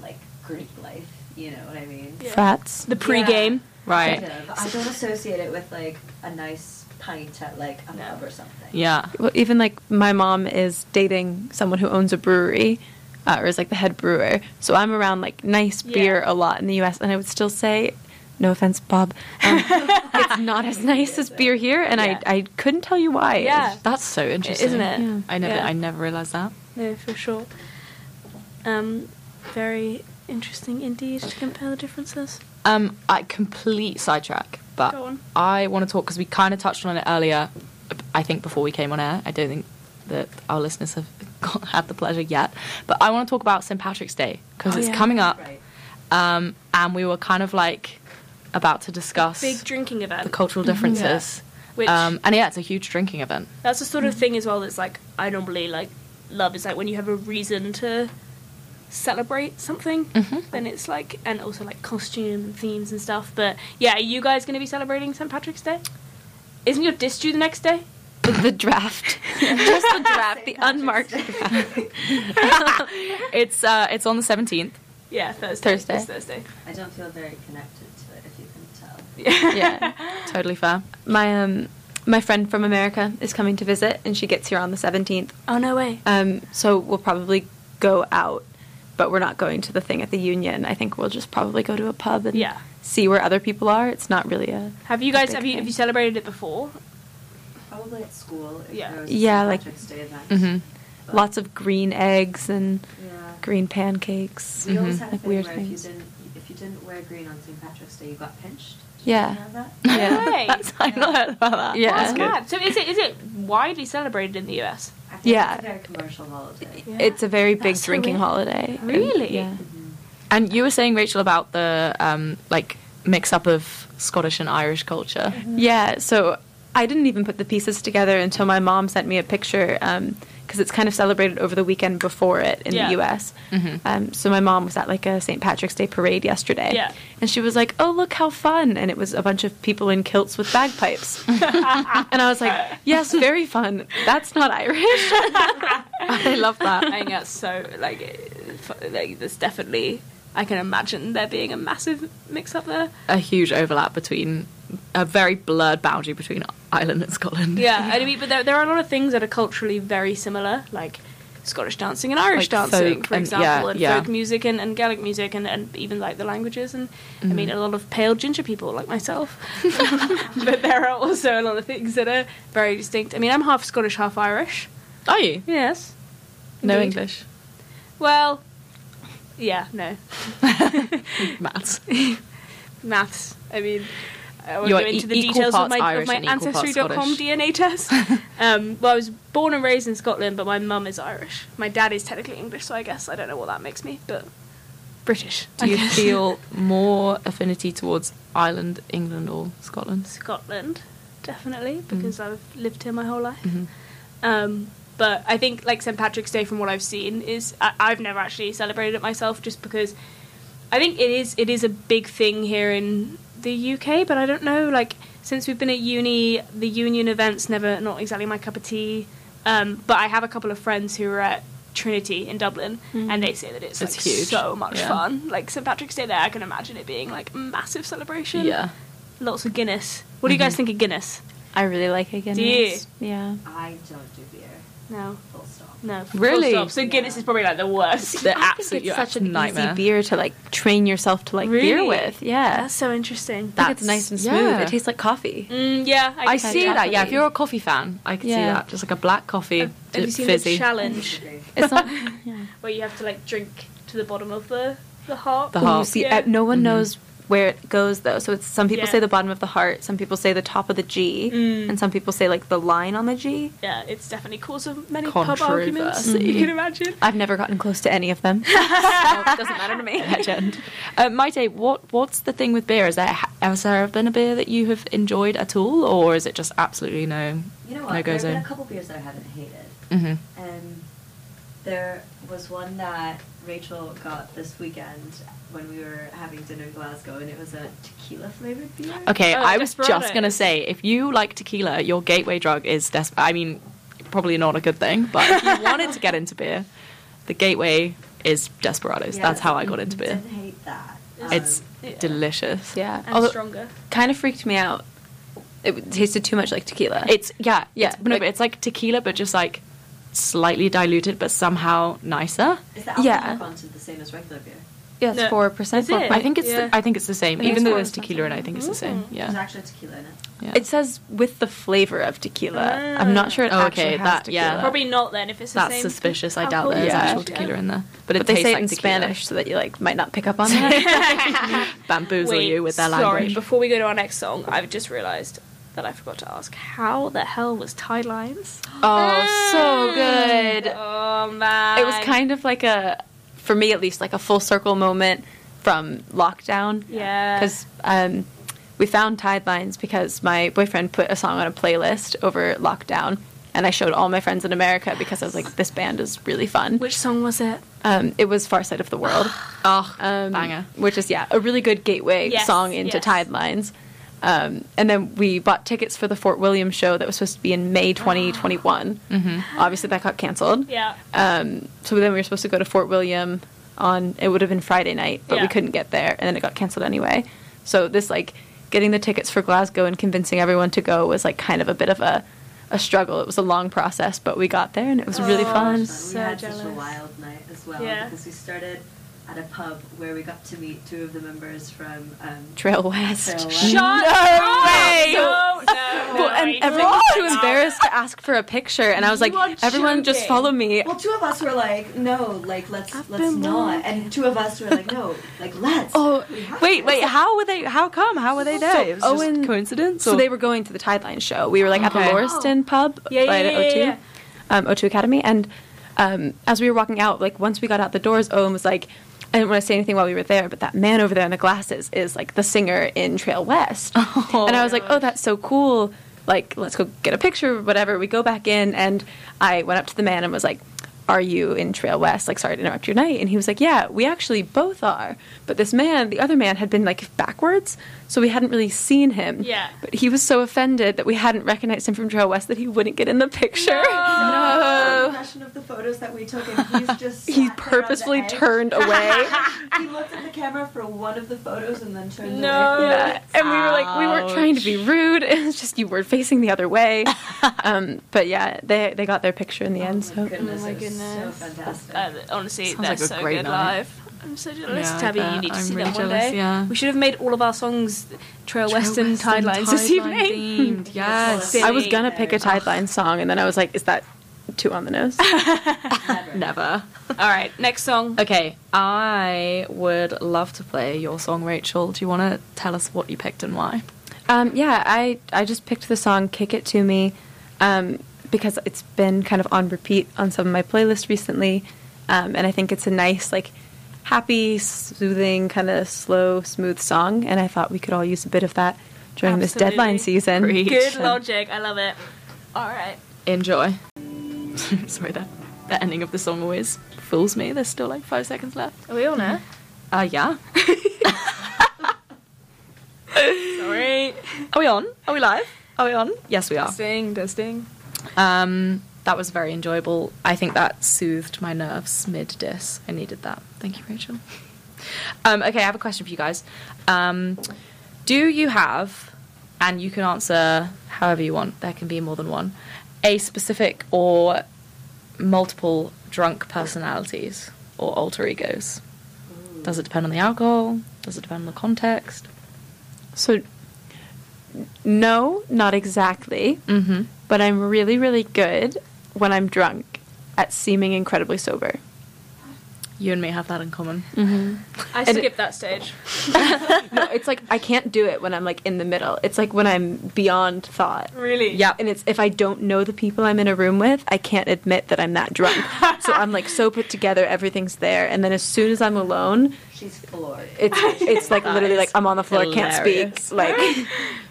Speaker 3: like Greek life. You know what I mean?
Speaker 2: Yeah.
Speaker 4: Frats.
Speaker 2: The pre-game.
Speaker 1: right.
Speaker 3: Kind of. I don't associate it with like a nice pint at like a pub or something.
Speaker 1: Yeah.
Speaker 4: Well, even like my mom is dating someone who owns a brewery, uh, or is like the head brewer. So I'm around like nice
Speaker 2: Yeah.
Speaker 4: beer a lot in the U.S. And I would still say, no offense, Bob, um, it's not as nice as beer here, and
Speaker 1: Yeah.
Speaker 4: I I couldn't tell you why.
Speaker 2: Yeah.
Speaker 4: It's-
Speaker 1: That's so interesting,
Speaker 2: Isn't it?
Speaker 4: Yeah.
Speaker 1: I never.
Speaker 2: Yeah.
Speaker 1: I never realized that.
Speaker 2: No, for sure. Um, very interesting indeed to compare the differences.
Speaker 1: Um, I complete sidetrack, but
Speaker 2: Go on.
Speaker 1: I want to talk because we kind of touched on it earlier. I think before we came on air, I don't think that our listeners have got, had the pleasure yet. But I want to talk about St Patrick's Day because
Speaker 2: Oh,
Speaker 1: it's
Speaker 2: yeah.
Speaker 1: coming up,
Speaker 3: Right.
Speaker 1: um, and we were kind of like about to discuss
Speaker 2: Big drinking event.
Speaker 1: the cultural differences.
Speaker 2: Which
Speaker 1: Um, and yeah, it's a huge drinking event.
Speaker 2: that's the sort of thing as well that's like I normally like love is like when you have a reason to celebrate something,
Speaker 1: Mm-hmm.
Speaker 2: then it's like and also like costume and themes and stuff. But yeah, are you guys gonna be celebrating St Patrick's Day? Isn't your diss due the next day?
Speaker 4: the draft, just the draft, the
Speaker 3: St. Patrick's
Speaker 4: unmarked
Speaker 3: Day.
Speaker 4: draft.
Speaker 1: It's uh, it's on the seventeenth.
Speaker 2: Yeah, Thursday.
Speaker 4: Thursday.
Speaker 2: It's Thursday.
Speaker 3: I don't feel very connected to it, if you can tell.
Speaker 4: Yeah.
Speaker 1: Totally fair.
Speaker 4: My um my friend from America is coming to visit, and she gets here on the seventeenth.
Speaker 2: Oh no way.
Speaker 4: Um, so we'll probably go out, but we're not going to the thing at the union. I think we'll just probably go to a pub and
Speaker 2: Yeah.
Speaker 4: see where other people are. It's not really a
Speaker 2: Have you
Speaker 4: a
Speaker 2: guys
Speaker 4: big
Speaker 2: have you have
Speaker 4: thing.
Speaker 2: you celebrated it before?
Speaker 3: Probably at school. If
Speaker 2: Yeah.
Speaker 3: There was a
Speaker 4: Yeah,
Speaker 3: St.
Speaker 4: like- mm-hmm.
Speaker 3: Patrick's Day
Speaker 1: Mhm.
Speaker 3: event. But,
Speaker 4: lots of green eggs and
Speaker 3: Yeah.
Speaker 4: green pancakes.
Speaker 3: We
Speaker 2: Mm-hmm.
Speaker 3: always
Speaker 1: Mhm.
Speaker 3: had a
Speaker 4: Like
Speaker 3: thing
Speaker 4: weird
Speaker 3: where
Speaker 4: things.
Speaker 3: if you didn't if you didn't wear green on St. Patrick's Day, you got pinched. Did
Speaker 4: Yeah.
Speaker 3: You know that?
Speaker 2: No
Speaker 4: Yeah.
Speaker 2: way.
Speaker 1: That's, I've not heard about that.
Speaker 4: Yeah.
Speaker 1: That's
Speaker 2: That's
Speaker 1: good.
Speaker 2: mad. So is it is it widely celebrated in the US?
Speaker 3: I think
Speaker 4: Yeah.
Speaker 3: It's a very commercial holiday.
Speaker 2: Yeah.
Speaker 4: It's a very big
Speaker 2: That's so
Speaker 4: drinking
Speaker 2: weird.
Speaker 4: holiday. and-
Speaker 2: Really?
Speaker 4: yeah.
Speaker 3: Mm-hmm.
Speaker 1: And you were saying, Rachel, about the um, like mix up of Scottish and Irish culture.
Speaker 2: Mm-hmm.
Speaker 4: Yeah, so I didn't even put the pieces together until my mom sent me a picture because it's kind of celebrated over the weekend before it in
Speaker 2: Yeah.
Speaker 4: the US.
Speaker 1: Mm-hmm.
Speaker 4: Um, so my mom was at like a St. Patrick's Day parade yesterday.
Speaker 2: Yeah.
Speaker 4: And she was like, oh, look how fun. And it was a bunch of people in kilts with bagpipes. and I was like, yes, very fun. That's not Irish.
Speaker 1: I love
Speaker 2: I
Speaker 1: that.
Speaker 2: think that's so like, f- like there's definitely I can imagine there being a massive mix up there.
Speaker 1: a huge overlap between a very blurred boundary between Ireland and Scotland.
Speaker 2: Yeah, I mean, but there, there are a lot of things that are culturally very similar, like Scottish dancing and Irish
Speaker 1: Like
Speaker 2: dancing,
Speaker 1: folk
Speaker 2: for
Speaker 1: and-
Speaker 2: example,
Speaker 1: yeah,
Speaker 2: and
Speaker 1: yeah.
Speaker 2: folk music and, and Gaelic music and, and even like the languages. And I
Speaker 1: Mm.
Speaker 2: mean, a lot of pale ginger people like myself. but there are also a lot of things that are very distinct. I mean, I'm half Scottish, half Irish.
Speaker 1: Are you?
Speaker 2: Yes.
Speaker 1: No
Speaker 2: Indeed.
Speaker 1: English.
Speaker 2: Well, yeah, no.
Speaker 1: Maths.
Speaker 2: maths. I mean, I won't
Speaker 1: You are
Speaker 2: go
Speaker 1: e-
Speaker 2: into the
Speaker 1: equal
Speaker 2: details of
Speaker 1: parts
Speaker 2: my,
Speaker 1: Irish
Speaker 2: of my
Speaker 1: and equal parts
Speaker 2: Ancestry.com
Speaker 1: Scottish.
Speaker 2: DNA test. um, well, I was born and raised in Scotland, but my mum is Irish. My dad is technically English, so I guess I don't know what that makes me, but British.
Speaker 1: Do you
Speaker 2: I guess.
Speaker 1: feel more affinity towards Ireland, England, or Scotland?
Speaker 2: Scotland, definitely, because
Speaker 1: Mm.
Speaker 2: I've lived here my whole life.
Speaker 1: Mhm.
Speaker 2: Um, but I think like St Patrick's Day, from what I've seen, is I, I've never actually celebrated it myself, just because I think it is it is a big thing here in the UK. But I don't know, like since we've been at uni, the union events never not exactly my cup of tea. Um, but I have a couple of friends who are at Trinity in Dublin, and they say that it's,
Speaker 1: It's
Speaker 2: like
Speaker 1: Mm-hmm. huge.
Speaker 2: so much
Speaker 1: Yeah.
Speaker 2: fun. Like St Patrick's Day, there I can imagine it being like a massive celebration.
Speaker 1: Yeah. Mm-hmm.
Speaker 2: lots of Guinness. What do you guys think of Guinness?
Speaker 4: I really like it. Guinness. Yeah.
Speaker 3: I don't do beer.
Speaker 2: No,
Speaker 3: Full stop.
Speaker 2: no, full
Speaker 1: Really?
Speaker 2: stop. So Guinness is probably like the worst.
Speaker 1: They're
Speaker 4: I
Speaker 1: absolutely
Speaker 4: think it's such an
Speaker 1: nightmare.
Speaker 4: easy beer to like train yourself to like beer
Speaker 2: Really?
Speaker 4: with. Yeah.
Speaker 2: That's so interesting.
Speaker 4: I think it's nice and smooth.
Speaker 1: yeah.
Speaker 4: It tastes like coffee.
Speaker 2: Mm, yeah,
Speaker 1: I
Speaker 2: guess
Speaker 1: see
Speaker 2: so.
Speaker 1: that. Yeah, if
Speaker 4: definitely.
Speaker 1: you're a coffee fan, I can see
Speaker 4: Yeah.
Speaker 1: that. Just like a black coffee,
Speaker 2: Have, have you
Speaker 1: d-
Speaker 2: seen
Speaker 1: fizzy.
Speaker 2: the challenge
Speaker 3: Agree.
Speaker 4: It's not.
Speaker 2: where you have to like drink to the bottom of the the heart?
Speaker 1: The
Speaker 4: Ooh,
Speaker 1: heart.
Speaker 4: see,
Speaker 2: Yeah.
Speaker 4: uh, no one knows where it goes though. So it's some people
Speaker 2: Yeah.
Speaker 4: say the bottom of the heart, some people say the top of the G,
Speaker 2: Mm.
Speaker 4: and some people say like the line on the G.
Speaker 2: Yeah, it's definitely caused of many pub arguments.
Speaker 1: Controversy.
Speaker 2: You can imagine.
Speaker 4: I've never gotten close to any of them. so it doesn't matter to me.
Speaker 1: Legend. Uh, Maite, what what's the thing with beer? Is there has there been a beer that you have enjoyed at all, or is it just absolutely no?
Speaker 3: You know
Speaker 1: No go
Speaker 3: what? there have
Speaker 1: zone.
Speaker 3: been a couple beers that I haven't hated.
Speaker 1: Mhm.
Speaker 3: Um, there was one that Rachel got this weekend when we were having dinner in Glasgow, and it was a tequila flavored beer.
Speaker 1: Okay,
Speaker 2: Oh,
Speaker 1: I was just
Speaker 2: Desperados.
Speaker 1: gonna say, if you like tequila, your gateway drug is des. I mean, probably not a good thing, but if you wanted to get into beer, the gateway is Desperados.
Speaker 3: Yeah,
Speaker 1: That's how I got into beer.
Speaker 3: Didn't hate that. Um,
Speaker 1: It's
Speaker 2: Yeah.
Speaker 1: delicious.
Speaker 4: Yeah.
Speaker 2: And
Speaker 4: Although
Speaker 2: stronger.
Speaker 4: kind of freaked me out. It w- tasted too much like tequila.
Speaker 1: It's yeah,
Speaker 4: Yeah,
Speaker 1: It's, no,
Speaker 4: like-
Speaker 1: but it's like tequila, but just like slightly diluted, but somehow nicer.
Speaker 3: Is the alcohol
Speaker 4: yeah.
Speaker 3: content the same as regular beer?
Speaker 4: yeah, it's
Speaker 2: No.
Speaker 4: four percent.
Speaker 2: Is it?
Speaker 1: I think it's
Speaker 2: Yeah.
Speaker 1: the, I think it's the same,
Speaker 4: I think
Speaker 1: even
Speaker 4: it's
Speaker 1: though
Speaker 4: more
Speaker 1: there's tequila, and I think it's the same.
Speaker 2: Mm.
Speaker 1: Yeah.
Speaker 3: There's actually tequila in it.
Speaker 1: Yeah.
Speaker 4: It says with the flavor of tequila. I'm
Speaker 2: Ah.
Speaker 4: not sure it
Speaker 1: Oh,
Speaker 4: actually
Speaker 1: okay,
Speaker 4: has
Speaker 1: that-
Speaker 4: tequila.
Speaker 1: yeah, that-
Speaker 2: Probably not then if it's the
Speaker 1: That's
Speaker 2: same
Speaker 1: suspicious. I doubt
Speaker 2: alcohol
Speaker 1: there's
Speaker 4: Yeah.
Speaker 1: actual
Speaker 2: content.
Speaker 1: tequila in there. But,
Speaker 4: But,
Speaker 1: it
Speaker 4: they
Speaker 1: tastes
Speaker 4: say it
Speaker 1: like
Speaker 4: in
Speaker 1: tequila.
Speaker 4: Spanish so that you like might not pick up on that.
Speaker 1: Bamboozle
Speaker 2: Wait,
Speaker 1: you with their
Speaker 2: sorry,
Speaker 1: language.
Speaker 2: before we go to our next song, I've just realised that I forgot to ask. How the hell was tie lines?
Speaker 4: oh, so good.
Speaker 2: Oh man,
Speaker 4: It was kind of like a, for me at least, like a full circle moment from lockdown.
Speaker 2: Yeah.
Speaker 4: Because um, we found Tide Lines because my boyfriend put a song on a playlist over lockdown. And I showed all my friends in America because I was like, this band is really fun.
Speaker 2: Which song was it?
Speaker 4: Um, it was Far Side of the World.
Speaker 1: Oh,
Speaker 4: um,
Speaker 1: banger.
Speaker 4: which is yeah a really good gateway
Speaker 2: Yes,
Speaker 4: song into
Speaker 2: yes.
Speaker 4: Tide Lines. Um, and then we bought tickets for the Fort William show that was supposed to be in May 2021. Obviously, that got canceled.
Speaker 2: Yeah.
Speaker 1: Uh,
Speaker 4: Um, so then we were supposed to go to Fort William on it would have been Friday night, but
Speaker 2: Yeah.
Speaker 4: we couldn't get there, and then it got canceled anyway. So this like getting the tickets for Glasgow and convincing everyone to go was like kind of a bit of a a struggle. It was a long process, but we got there and it was really
Speaker 2: Oh,
Speaker 4: fun.
Speaker 3: We
Speaker 2: so
Speaker 3: had such a
Speaker 2: jealous.
Speaker 3: wild night as well
Speaker 2: Yeah.
Speaker 3: because we started at a pub where we got to meet two of the members from um,
Speaker 4: Trail West.
Speaker 3: Trail West.
Speaker 2: Shut
Speaker 4: no
Speaker 2: up!
Speaker 4: way!
Speaker 2: No, no, no,
Speaker 4: Well, and
Speaker 2: I-
Speaker 4: everyone was too embarrassed to ask for a picture, and I was
Speaker 2: You
Speaker 4: like,
Speaker 2: are
Speaker 4: "Everyone, just
Speaker 2: joking.
Speaker 4: follow me."
Speaker 3: Well, two of us were like, no, like let's
Speaker 4: I've
Speaker 3: let's
Speaker 4: been
Speaker 3: not, and two of us were like, no, like let's.
Speaker 4: Oh,
Speaker 3: We have
Speaker 4: wait,
Speaker 3: to.
Speaker 4: wait. How were they? How come? How were they there? It was just
Speaker 1: coincidence.
Speaker 4: So they were going to the Tideline show. We were like at the
Speaker 1: Okay.
Speaker 4: Lauriston pub
Speaker 2: Oh. Yeah, yeah,
Speaker 4: right
Speaker 2: yeah, yeah,
Speaker 4: at O2,
Speaker 2: yeah.
Speaker 4: Um, O2 Academy. And um, as we were walking out, like once we got out the doors, Owen was like, I didn't want to say anything while we were there, but that man over there in the glasses is like the singer in Trail West. and I was like, oh, that's so cool. Like, let's go get a picture or whatever. We go back in, and I went up to the man and was like, are you in Trail West? Like, sorry to interrupt your night. And he was like, Yeah, we actually both are. But this man, the other man, had been like backwards, so we hadn't really seen him.
Speaker 2: Yeah.
Speaker 4: But he was so offended that we hadn't recognized him from Trail West that he wouldn't get in the picture.
Speaker 3: That's the
Speaker 4: No.
Speaker 3: impression of the photos that we took, and he's just sat there
Speaker 4: uh, He
Speaker 3: on the
Speaker 4: purposefully
Speaker 3: edge.
Speaker 4: turned away.
Speaker 3: He looked at the camera for one of the photos and then turned
Speaker 2: No.
Speaker 3: away.
Speaker 4: Yeah. And we were like, we
Speaker 1: Uh,
Speaker 4: weren't trying to be rude. It was just you were facing the other way. um, but yeah, they they got their picture in the end.
Speaker 3: Oh my
Speaker 4: So
Speaker 3: goodness,
Speaker 2: Oh my
Speaker 3: it was
Speaker 2: goodness.
Speaker 3: so fantastic.
Speaker 2: Uh, honestly,
Speaker 1: Sounds
Speaker 2: they're
Speaker 1: like a
Speaker 2: so
Speaker 1: great
Speaker 2: good
Speaker 1: night.
Speaker 2: live. I'm so jealous,
Speaker 1: Yeah, I
Speaker 2: Tabby. You
Speaker 1: bet.
Speaker 2: need to
Speaker 1: I'm
Speaker 2: see
Speaker 1: really
Speaker 2: them one
Speaker 1: jealous,
Speaker 2: day.
Speaker 1: yeah.
Speaker 2: We should have made all of our songs Trail, West and Tide Lines this evening.
Speaker 1: Themed. Yes.
Speaker 2: Silly.
Speaker 4: I was gonna pick a Tideline song, and then I was like, is that too on the nose?
Speaker 3: Never.
Speaker 1: Never.
Speaker 2: all right, next song.
Speaker 1: Okay, I would love to play your song, Rachel. Do you want to tell us what you picked and why?
Speaker 4: Um, yeah, I, I just picked the song Kick It To Me um, because it's been kind of on repeat on some of my playlists recently. Um, and I think it's a nice, like, happy, soothing, kind of slow, smooth song. And I thought we could all use a bit of that during this
Speaker 2: Absolutely.
Speaker 4: deadline season.
Speaker 1: Preach.
Speaker 2: Good
Speaker 4: So-
Speaker 2: logic. I love it. All right.
Speaker 1: Enjoy. Sorry, that the ending of the song always fools me. There's still like five seconds left.
Speaker 2: Are we all now?
Speaker 1: Uh, yeah.
Speaker 2: Sorry.
Speaker 1: Are we on? Are we live? Are we on? Yes, we are.
Speaker 2: Testing, testing.
Speaker 1: Um, that was very enjoyable. I think that soothed my nerves mid dis. I needed that. Thank you, Rachel. Um, okay, I have a question for you guys. Um, do you have, and you can answer however you want, there can be more than one, a specific or multiple drunk personalities or alter egos? Does it depend on the alcohol? Does it depend on the context?
Speaker 4: So, n- no, not exactly.
Speaker 1: Mm-hmm.
Speaker 4: But I'm really, really good when I'm drunk at seeming incredibly sober.
Speaker 1: You and me have that in common.
Speaker 2: I
Speaker 4: And-
Speaker 2: skipped that stage.
Speaker 4: no, it's like I can't do it when I'm like in the middle. It's like when I'm beyond thought.
Speaker 2: Really?
Speaker 1: Yeah.
Speaker 4: And it's if I don't know the people I'm in a room with, I can't admit that I'm that drunk. so I'm like so put together, everything's there, and then as soon as I'm alone,
Speaker 3: She's floored.
Speaker 4: it's it's like
Speaker 1: That
Speaker 4: literally
Speaker 1: is
Speaker 4: like I'm on the floor, can't
Speaker 1: hilarious.
Speaker 4: speak, like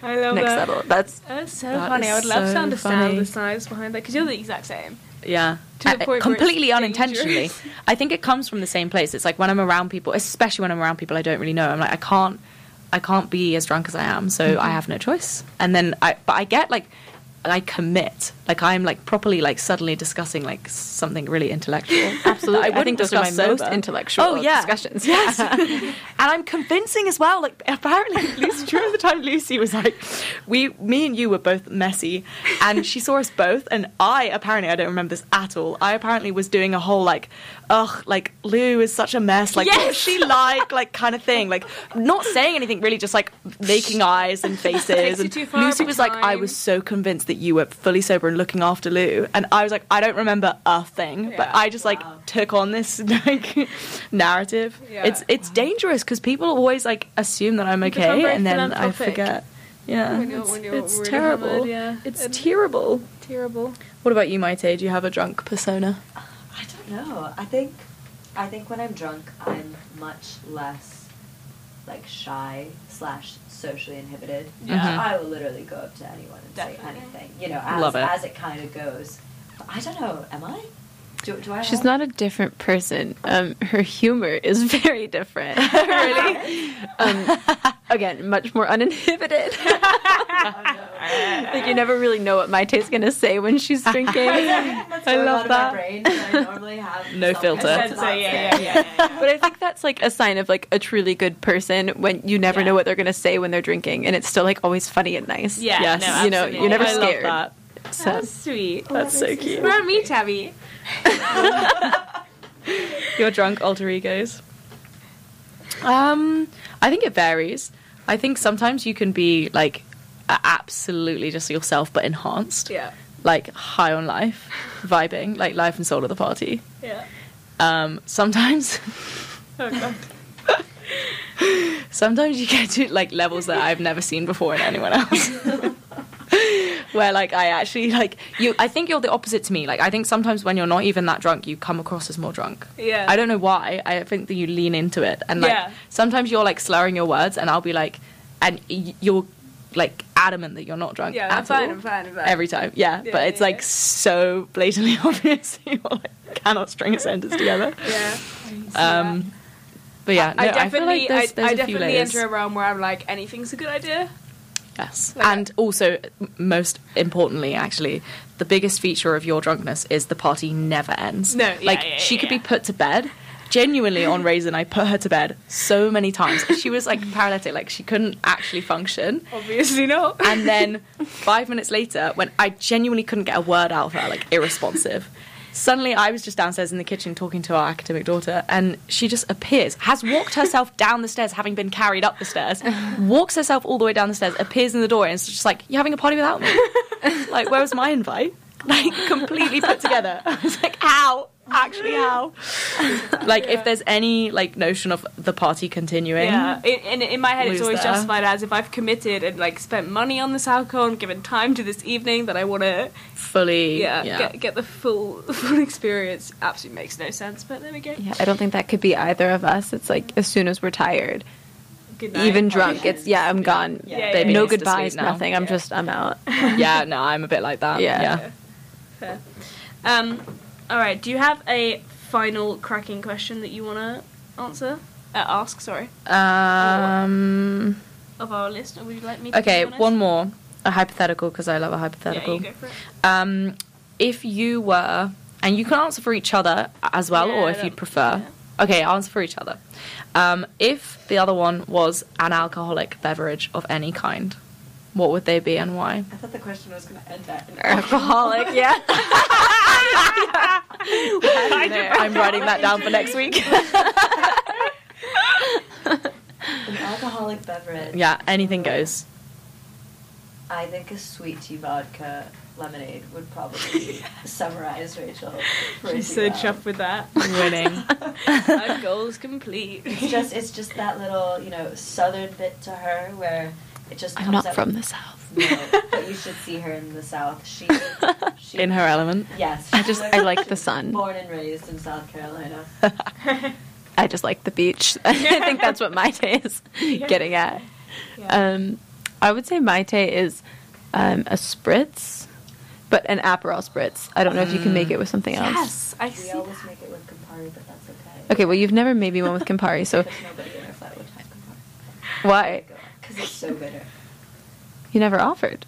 Speaker 2: I love
Speaker 4: next
Speaker 2: that.
Speaker 4: level. That's
Speaker 2: That's so
Speaker 1: That
Speaker 2: funny.
Speaker 1: is
Speaker 2: I would love
Speaker 1: so
Speaker 2: to understand
Speaker 1: funny.
Speaker 2: the science behind that because you're the exact same.
Speaker 1: Yeah.
Speaker 2: To the
Speaker 1: Uh,
Speaker 2: point where it's
Speaker 1: completely
Speaker 2: dangerous.
Speaker 1: unintentionally. I think it comes from the same place. It's like when I'm around people, especially when I'm around people I don't really know, I'm like I
Speaker 2: Mm-hmm.
Speaker 1: can't I can't be as drunk as I am, so I have no choice. And then I but I get like I commit. Like I'm like properly like suddenly discussing like something really intellectual.
Speaker 4: Absolutely.
Speaker 1: I
Speaker 4: I,
Speaker 1: wouldn't
Speaker 4: think those are my
Speaker 1: discuss
Speaker 4: most
Speaker 1: sober.
Speaker 4: intellectual
Speaker 1: Oh, yeah.
Speaker 4: discussions.
Speaker 1: Yes. and I'm convincing as well. Like apparently, Lucy, do you remember the time Lucy was like, we, me and you were both messy, and she saw us both, and I apparently I don't remember this at all. I apparently was doing a whole like, ugh, like Lou is such a mess. Like what was she like like kind of thing. Like not saying anything really, just like making eyes and faces.
Speaker 5: Takes you
Speaker 1: and
Speaker 5: too far
Speaker 1: Lucy
Speaker 5: every
Speaker 1: was like, I
Speaker 5: time."
Speaker 1: was so convinced that you were fully sober and looking after Lou, and I was like, I don't remember a thing, but
Speaker 5: Yeah.
Speaker 1: I just like
Speaker 3: Wow.
Speaker 1: took on this like narrative.
Speaker 5: Yeah.
Speaker 1: It's it's dangerous because people always like assume that I'm
Speaker 2: become
Speaker 1: okay
Speaker 2: very
Speaker 1: and then I
Speaker 2: philanthropic.
Speaker 1: forget. Yeah,
Speaker 5: When you're-
Speaker 1: it's,
Speaker 5: when you're
Speaker 1: it's
Speaker 5: really
Speaker 1: terrible.
Speaker 5: hammered, yeah.
Speaker 1: It's
Speaker 5: And-
Speaker 1: terrible.
Speaker 5: Terrible.
Speaker 1: What about you, Maite? Do you have a drunk persona?
Speaker 3: I don't know. I think I think when I'm drunk, I'm much less like shy slash socially inhibited.
Speaker 1: Yeah. Mhm.
Speaker 3: I will literally go up to anyone and say
Speaker 5: Definitely.
Speaker 3: anything. You know, as
Speaker 1: Love it.
Speaker 3: as it kind of goes. But I don't know. Am I? Do, do I?
Speaker 4: She's
Speaker 3: have-
Speaker 4: not a different person. Um, her humor is very different. really? Um, again, much more uninhibited.
Speaker 3: Oh,
Speaker 4: like you never really know what my taste's gonna say when she's drinking.
Speaker 3: That's
Speaker 4: I
Speaker 3: going
Speaker 4: love
Speaker 3: on in
Speaker 4: that.
Speaker 3: My brain, so I normally have
Speaker 1: No
Speaker 3: some
Speaker 1: filter.
Speaker 3: kinds of
Speaker 5: So, yeah,
Speaker 3: thoughts
Speaker 5: yeah, yeah,
Speaker 3: there.
Speaker 5: yeah,
Speaker 4: But I think that's like a sign of like a truly good person when you never
Speaker 5: Yeah.
Speaker 4: know what they're gonna say when they're drinking, and it's still like always funny and nice.
Speaker 5: Yeah,
Speaker 1: yes,
Speaker 5: no,
Speaker 4: you know,
Speaker 5: absolutely.
Speaker 4: you're never
Speaker 1: I
Speaker 4: scared.
Speaker 1: Love
Speaker 4: So
Speaker 2: sweet.
Speaker 1: that. That's so cute.
Speaker 2: Where are me, Tabby?
Speaker 1: your drunk alter egos? Um, I think it varies. I think sometimes you can be like a- absolutely just yourself, but enhanced.
Speaker 5: Yeah.
Speaker 1: Like high on life, vibing, like life and soul of the party.
Speaker 5: Yeah.
Speaker 1: Um, sometimes,
Speaker 5: Oh, God.
Speaker 1: sometimes you get to like levels that I've never seen before in anyone else. Where like I actually like you. I think you're the opposite to me. Like I think sometimes when you're not even that drunk, you come across as more drunk.
Speaker 5: Yeah.
Speaker 1: I don't know why. I think that you lean into it, and like
Speaker 5: Yeah.
Speaker 1: sometimes you're like slurring your words, and I'll be like, and y- you're like adamant that you're not drunk.
Speaker 5: Yeah, I'm
Speaker 1: at
Speaker 5: fine,
Speaker 1: all.
Speaker 5: I'm fine, I'm fine.
Speaker 1: Every time, yeah.
Speaker 5: Yeah,
Speaker 1: but it's
Speaker 5: yeah,
Speaker 1: like
Speaker 5: yeah.
Speaker 1: so blatantly obvious. you like, cannot string a sentence together.
Speaker 5: Yeah.
Speaker 1: Um, but yeah, no,
Speaker 5: I
Speaker 1: I, feel
Speaker 5: definitely,
Speaker 1: like there's, there's
Speaker 5: I, I
Speaker 1: a few
Speaker 5: definitely
Speaker 1: layers.
Speaker 5: enter a realm where I'm like, anything's a good idea.
Speaker 1: yes,
Speaker 5: like-
Speaker 1: and also m- most importantly, actually, the biggest feature of your drunkenness is the party never ends.
Speaker 5: No, yeah,
Speaker 1: like
Speaker 5: yeah,
Speaker 1: she
Speaker 5: yeah,
Speaker 1: could
Speaker 5: yeah.
Speaker 1: be put to bed. Genuinely on raisin, I put her to bed so many times. She was like paralytic, like she couldn't actually function.
Speaker 5: Obviously not.
Speaker 1: And then five minutes later, when I genuinely couldn't get a word out of her, like irresponsive, suddenly I was just downstairs in the kitchen talking to our academic daughter, and she just appears, has walked herself down the stairs, having been carried up the stairs, walks herself all the way down the stairs, appears in the door, and is just like, You're having a party without me? like, where was my invite? Like, completely put together. I was like, How? Actually, how? Like, if there's any like notion of the party continuing,
Speaker 5: Yeah, in, in, in my head, it's
Speaker 1: Lose
Speaker 5: always
Speaker 1: that.
Speaker 5: justified as if I've committed and like spent money on this alcohol and given time to this evening that I want to
Speaker 1: fully,
Speaker 5: yeah, Get, get the full full experience. Absolutely makes no sense, but there we go.
Speaker 4: yeah, I don't think that could be either of us. It's like as soon as we're tired,
Speaker 5: Good night.
Speaker 4: even drunk, it's yeah, I'm gone.
Speaker 3: Yeah, yeah,
Speaker 1: Baby
Speaker 4: no
Speaker 1: needs to
Speaker 4: goodbyes,
Speaker 1: sleep now.
Speaker 4: nothing. I'm just I'm out.
Speaker 1: yeah, no, I'm a bit like that.
Speaker 4: Yeah.
Speaker 1: yeah.
Speaker 5: Fair. Um, all right. Do you have a final cracking question that you want to answer? Uh, ask, sorry,
Speaker 1: Um.
Speaker 5: of our list, or would you like me? to
Speaker 1: Okay,
Speaker 5: do honest?
Speaker 1: one more. A hypothetical, because I love
Speaker 5: Yeah,
Speaker 1: a
Speaker 5: you
Speaker 1: hypothetical.
Speaker 5: go for it.
Speaker 1: um, if you were, and you can answer for each other as well,
Speaker 5: Yeah,
Speaker 1: or
Speaker 5: I
Speaker 1: if
Speaker 5: don't-
Speaker 1: you'd prefer. Okay, answer for each other. Um, if the other one was an alcoholic beverage of any kind, what would they be and why?
Speaker 3: I thought the question was going to end at.
Speaker 4: Alcoholic, yeah.
Speaker 1: I'm writing that down for next week.
Speaker 3: An alcoholic beverage.
Speaker 1: yeah, anything goes.
Speaker 3: I think a sweet tea vodka lemonade would probably summarize Rachel. pretty
Speaker 5: She's so
Speaker 3: well.
Speaker 5: chuffed with that.
Speaker 1: Winning.
Speaker 5: My goal's complete.
Speaker 3: It's just it's just that little you know southern bit to her where it just.
Speaker 4: I'm
Speaker 3: comes
Speaker 4: not
Speaker 3: out-
Speaker 4: from the south.
Speaker 3: No, but you should see her in the south. She, she
Speaker 1: In her element.
Speaker 3: Yes,
Speaker 4: I
Speaker 3: she
Speaker 4: just
Speaker 3: was
Speaker 4: I like the sun.
Speaker 3: Born and raised in South Carolina.
Speaker 4: I just like the beach. I think that's what Maite is getting at. Um, I would say Maite is um, a spritz, but an Aperol spritz. I don't know if you can
Speaker 2: Mm.
Speaker 4: make it with something else.
Speaker 5: Yes, I
Speaker 3: We
Speaker 5: see.
Speaker 3: always make it with Campari, but that's okay.
Speaker 4: Okay, well, you've never made me one with Campari, so
Speaker 3: Because nobody in our flat would have Campari.
Speaker 4: why?
Speaker 3: Because it's so bitter.
Speaker 4: You never offered.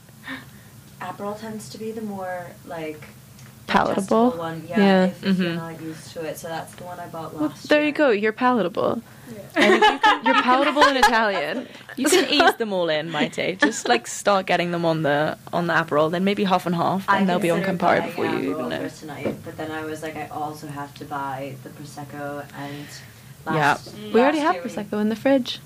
Speaker 3: Aperol tends to be the more like digestible
Speaker 4: Palatable?
Speaker 3: one. Yeah,
Speaker 4: Yeah.
Speaker 3: if, if you're
Speaker 1: Mhm.
Speaker 3: not used to it, so that's the one I bought last.
Speaker 4: Well, there
Speaker 3: year.
Speaker 4: you go. You're palatable.
Speaker 2: Yeah.
Speaker 4: And if you can- you're palatable in Italian.
Speaker 1: You can ease them all in, Mighty. Just like start getting them on the on the Aperol, then maybe half and half,
Speaker 3: I
Speaker 1: and they'll be on
Speaker 3: considered
Speaker 1: Campari
Speaker 3: buying
Speaker 1: before
Speaker 3: an
Speaker 1: you
Speaker 3: Aperol
Speaker 1: even know.
Speaker 3: for tonight, but then I was like, I also have to buy the prosecco and.
Speaker 1: Yeah.
Speaker 3: Last,
Speaker 2: Mm.
Speaker 4: We already
Speaker 3: last
Speaker 4: have
Speaker 3: year we-
Speaker 4: prosecco in the fridge.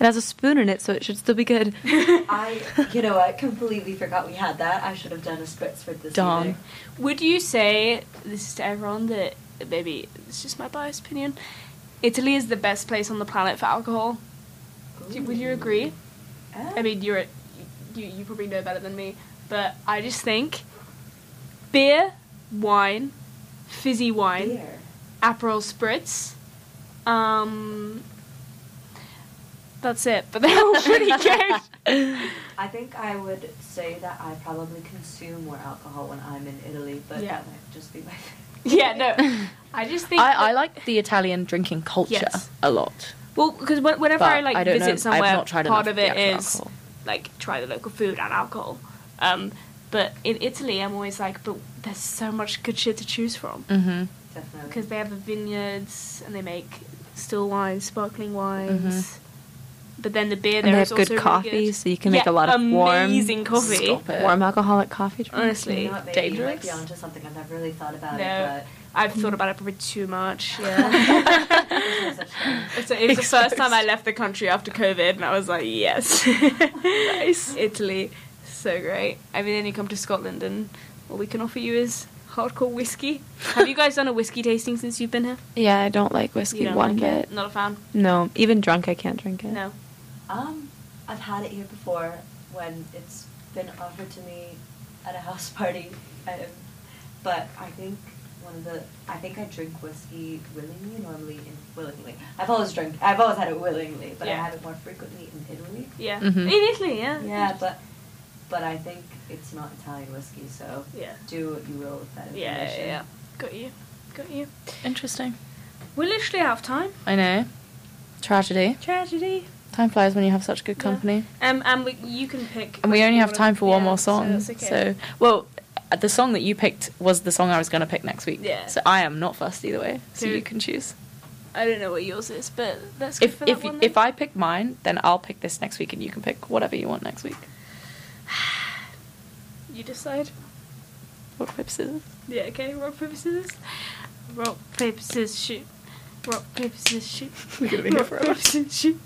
Speaker 4: It has a spoon in it, so it should still be good.
Speaker 3: I, you know, I completely forgot we had that. I should have done a spritz with this.
Speaker 1: Darn.
Speaker 3: evening.
Speaker 2: Would you say this is to everyone that maybe it's just my biased opinion? Italy is the best place on the planet for alcohol. Do, would you agree? I mean, you're a- you you probably know better than me, but I just think beer, wine, fizzy wine,
Speaker 3: Beer.
Speaker 2: Aperol spritz. Um, that's it. But they're all pretty good.
Speaker 3: I think I would say that I probably consume more alcohol when I'm in Italy, but
Speaker 2: Yeah.
Speaker 3: that might just be my.
Speaker 2: yeah, no. I just think
Speaker 1: I, I
Speaker 2: that-
Speaker 1: like the Italian drinking culture
Speaker 2: Yes.
Speaker 1: a lot.
Speaker 2: well because whenever
Speaker 1: but
Speaker 2: I like
Speaker 1: don't
Speaker 2: visit
Speaker 1: know,
Speaker 2: somewhere,
Speaker 1: I've not tried
Speaker 2: part
Speaker 1: enough
Speaker 2: of it
Speaker 1: the actual
Speaker 2: is
Speaker 1: alcohol.
Speaker 2: like try the local food and alcohol. Um, but in Italy, I'm always like, but there's so much good shit to choose from
Speaker 1: Mhm.
Speaker 3: Definitely.
Speaker 2: because they have the vineyards and they make still wines, sparkling wines. But then the beer
Speaker 4: Mm-hmm. And
Speaker 2: there
Speaker 4: they
Speaker 2: is
Speaker 4: have good
Speaker 2: also
Speaker 4: coffee,
Speaker 2: really good.
Speaker 4: so you can make
Speaker 2: Yeah,
Speaker 4: a lot of warm,
Speaker 2: amazing coffee.
Speaker 1: Stop it.
Speaker 4: warm alcoholic coffee. Drink.
Speaker 2: Honestly,
Speaker 3: You know what, maybe you might
Speaker 2: dangerous.
Speaker 3: be onto something. I've never really thought about
Speaker 2: No.
Speaker 3: it,
Speaker 2: I've thought about it probably too much. Yeah.
Speaker 3: but there's no such thing.
Speaker 2: It's it was the first time I left the country after COVID, and I was like, yes, nice Italy, so great. I mean, then you come to Scotland, and all we can offer you is hardcore whiskey. Have you guys done a whiskey tasting since you've been here?
Speaker 4: Yeah, I don't like
Speaker 2: You
Speaker 4: whiskey
Speaker 2: don't
Speaker 4: one
Speaker 2: like it?
Speaker 4: bit.
Speaker 2: Not a fan.
Speaker 4: No, even drunk, I can't drink it.
Speaker 2: No.
Speaker 3: Um, I've had it here before when it's been offered to me at a house party, um, but I think one of the I think I drink whiskey willingly normally and willingly. I've always drink I've always had it willingly, but I
Speaker 2: Yeah.
Speaker 3: have it more frequently in Italy.
Speaker 2: Yeah.
Speaker 1: Mhm.
Speaker 2: In Italy, yeah.
Speaker 3: Yeah, but but I think it's not Italian whiskey, so
Speaker 2: Yeah.
Speaker 3: do what you will with that information.
Speaker 2: Yeah, yeah, yeah. Got you. Got you.
Speaker 1: Interesting.
Speaker 2: We're literally out of time.
Speaker 1: I know. Tragedy.
Speaker 2: Tragedy.
Speaker 1: Time flies when you have such good
Speaker 2: Yeah.
Speaker 1: company.
Speaker 2: Um, and we, you can pick.
Speaker 1: And we only have
Speaker 2: wanna-
Speaker 1: time for one
Speaker 2: yeah,
Speaker 1: more song. So,
Speaker 2: So, that's okay.
Speaker 1: well, uh, the song that you picked was the song I was going to pick next week.
Speaker 2: Yeah.
Speaker 1: So I am not fussed either way. So
Speaker 2: Who-
Speaker 1: you can choose.
Speaker 2: I don't know what yours is, but that's good
Speaker 1: If
Speaker 2: for
Speaker 1: if
Speaker 2: that one.
Speaker 1: if
Speaker 2: then.
Speaker 1: I pick mine, then I'll pick this next week, and you can pick whatever you want next week.
Speaker 2: you decide.
Speaker 1: What paper scissors?
Speaker 2: Yeah, okay, rock, paper, scissors. Rock, paper, scissors, shoot. Rock, paper, scissors, shoot.
Speaker 1: We're gonna be here
Speaker 2: Rock,
Speaker 1: forever.
Speaker 2: paper, scissors, shoot.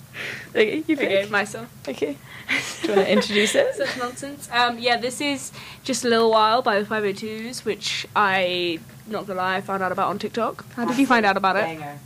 Speaker 1: Okay, you pick.
Speaker 2: Okay, my song.
Speaker 1: Okay. Do you want to introduce it?
Speaker 2: Such nonsense. Um, yeah, this is Just a Little While by the 502s, which I, not gonna lie, I found out about on TikTok. How did you find out about it?
Speaker 3: Banger.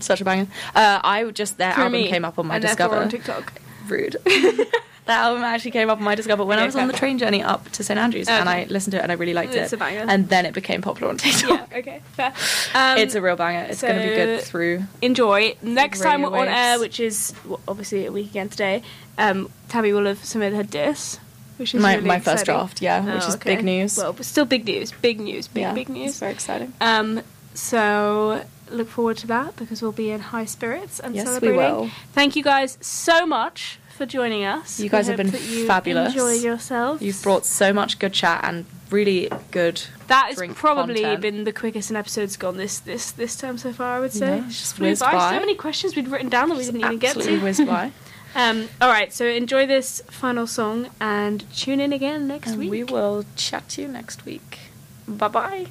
Speaker 1: Such a banger. Uh, I would just their
Speaker 2: Through
Speaker 1: album
Speaker 2: me,
Speaker 1: came up on my
Speaker 2: and therefore
Speaker 1: discover.
Speaker 2: on TikTok.
Speaker 1: Rude. that album actually came up on my discover when I
Speaker 2: Yeah,
Speaker 1: was on
Speaker 2: okay.
Speaker 1: the train journey up to St Andrews, and
Speaker 2: Okay.
Speaker 1: I listened to it and I really liked
Speaker 2: It's
Speaker 1: it.
Speaker 2: a banger.
Speaker 1: And then it became popular on TikTok.
Speaker 2: yeah, okay, fair. Um,
Speaker 1: it's a real banger. It's going to be good
Speaker 2: so-
Speaker 1: through.
Speaker 2: enjoy. Next time
Speaker 1: Radio
Speaker 2: we're on air,
Speaker 1: waves.
Speaker 2: which is well, obviously a week again today, um, Tabby will have submitted her diss, which is
Speaker 1: my,
Speaker 2: really
Speaker 1: my first
Speaker 2: exciting.
Speaker 1: draft, yeah, which
Speaker 2: Oh,
Speaker 1: is
Speaker 2: okay.
Speaker 1: big news.
Speaker 2: Well, but still big news, big news, big
Speaker 1: yeah,
Speaker 2: big
Speaker 1: It's
Speaker 2: news.
Speaker 1: very exciting.
Speaker 2: Um, so look forward to that because we'll be in high spirits and
Speaker 1: Yes, we
Speaker 2: celebrating.
Speaker 1: will.
Speaker 2: Thank you guys so much for joining us.
Speaker 1: You
Speaker 2: We
Speaker 1: guys have
Speaker 2: hope
Speaker 1: been
Speaker 2: that you
Speaker 1: fabulous.
Speaker 2: Enjoyed yourselves.
Speaker 1: You've brought so much good chat and really good.
Speaker 2: that has
Speaker 1: drink
Speaker 2: probably
Speaker 1: content.
Speaker 2: been the quickest an episode's gone this this this term so far. I would say.
Speaker 1: Yeah, it just
Speaker 2: We've
Speaker 1: whizzed
Speaker 2: asked
Speaker 1: by.
Speaker 2: so many questions we'd written down that we didn't even get
Speaker 1: absolutely
Speaker 2: to.
Speaker 1: whizzed by.
Speaker 2: Um, all right, so enjoy this final song and tune in again next
Speaker 1: and
Speaker 2: week.
Speaker 1: we will chat to you next week. Bye bye.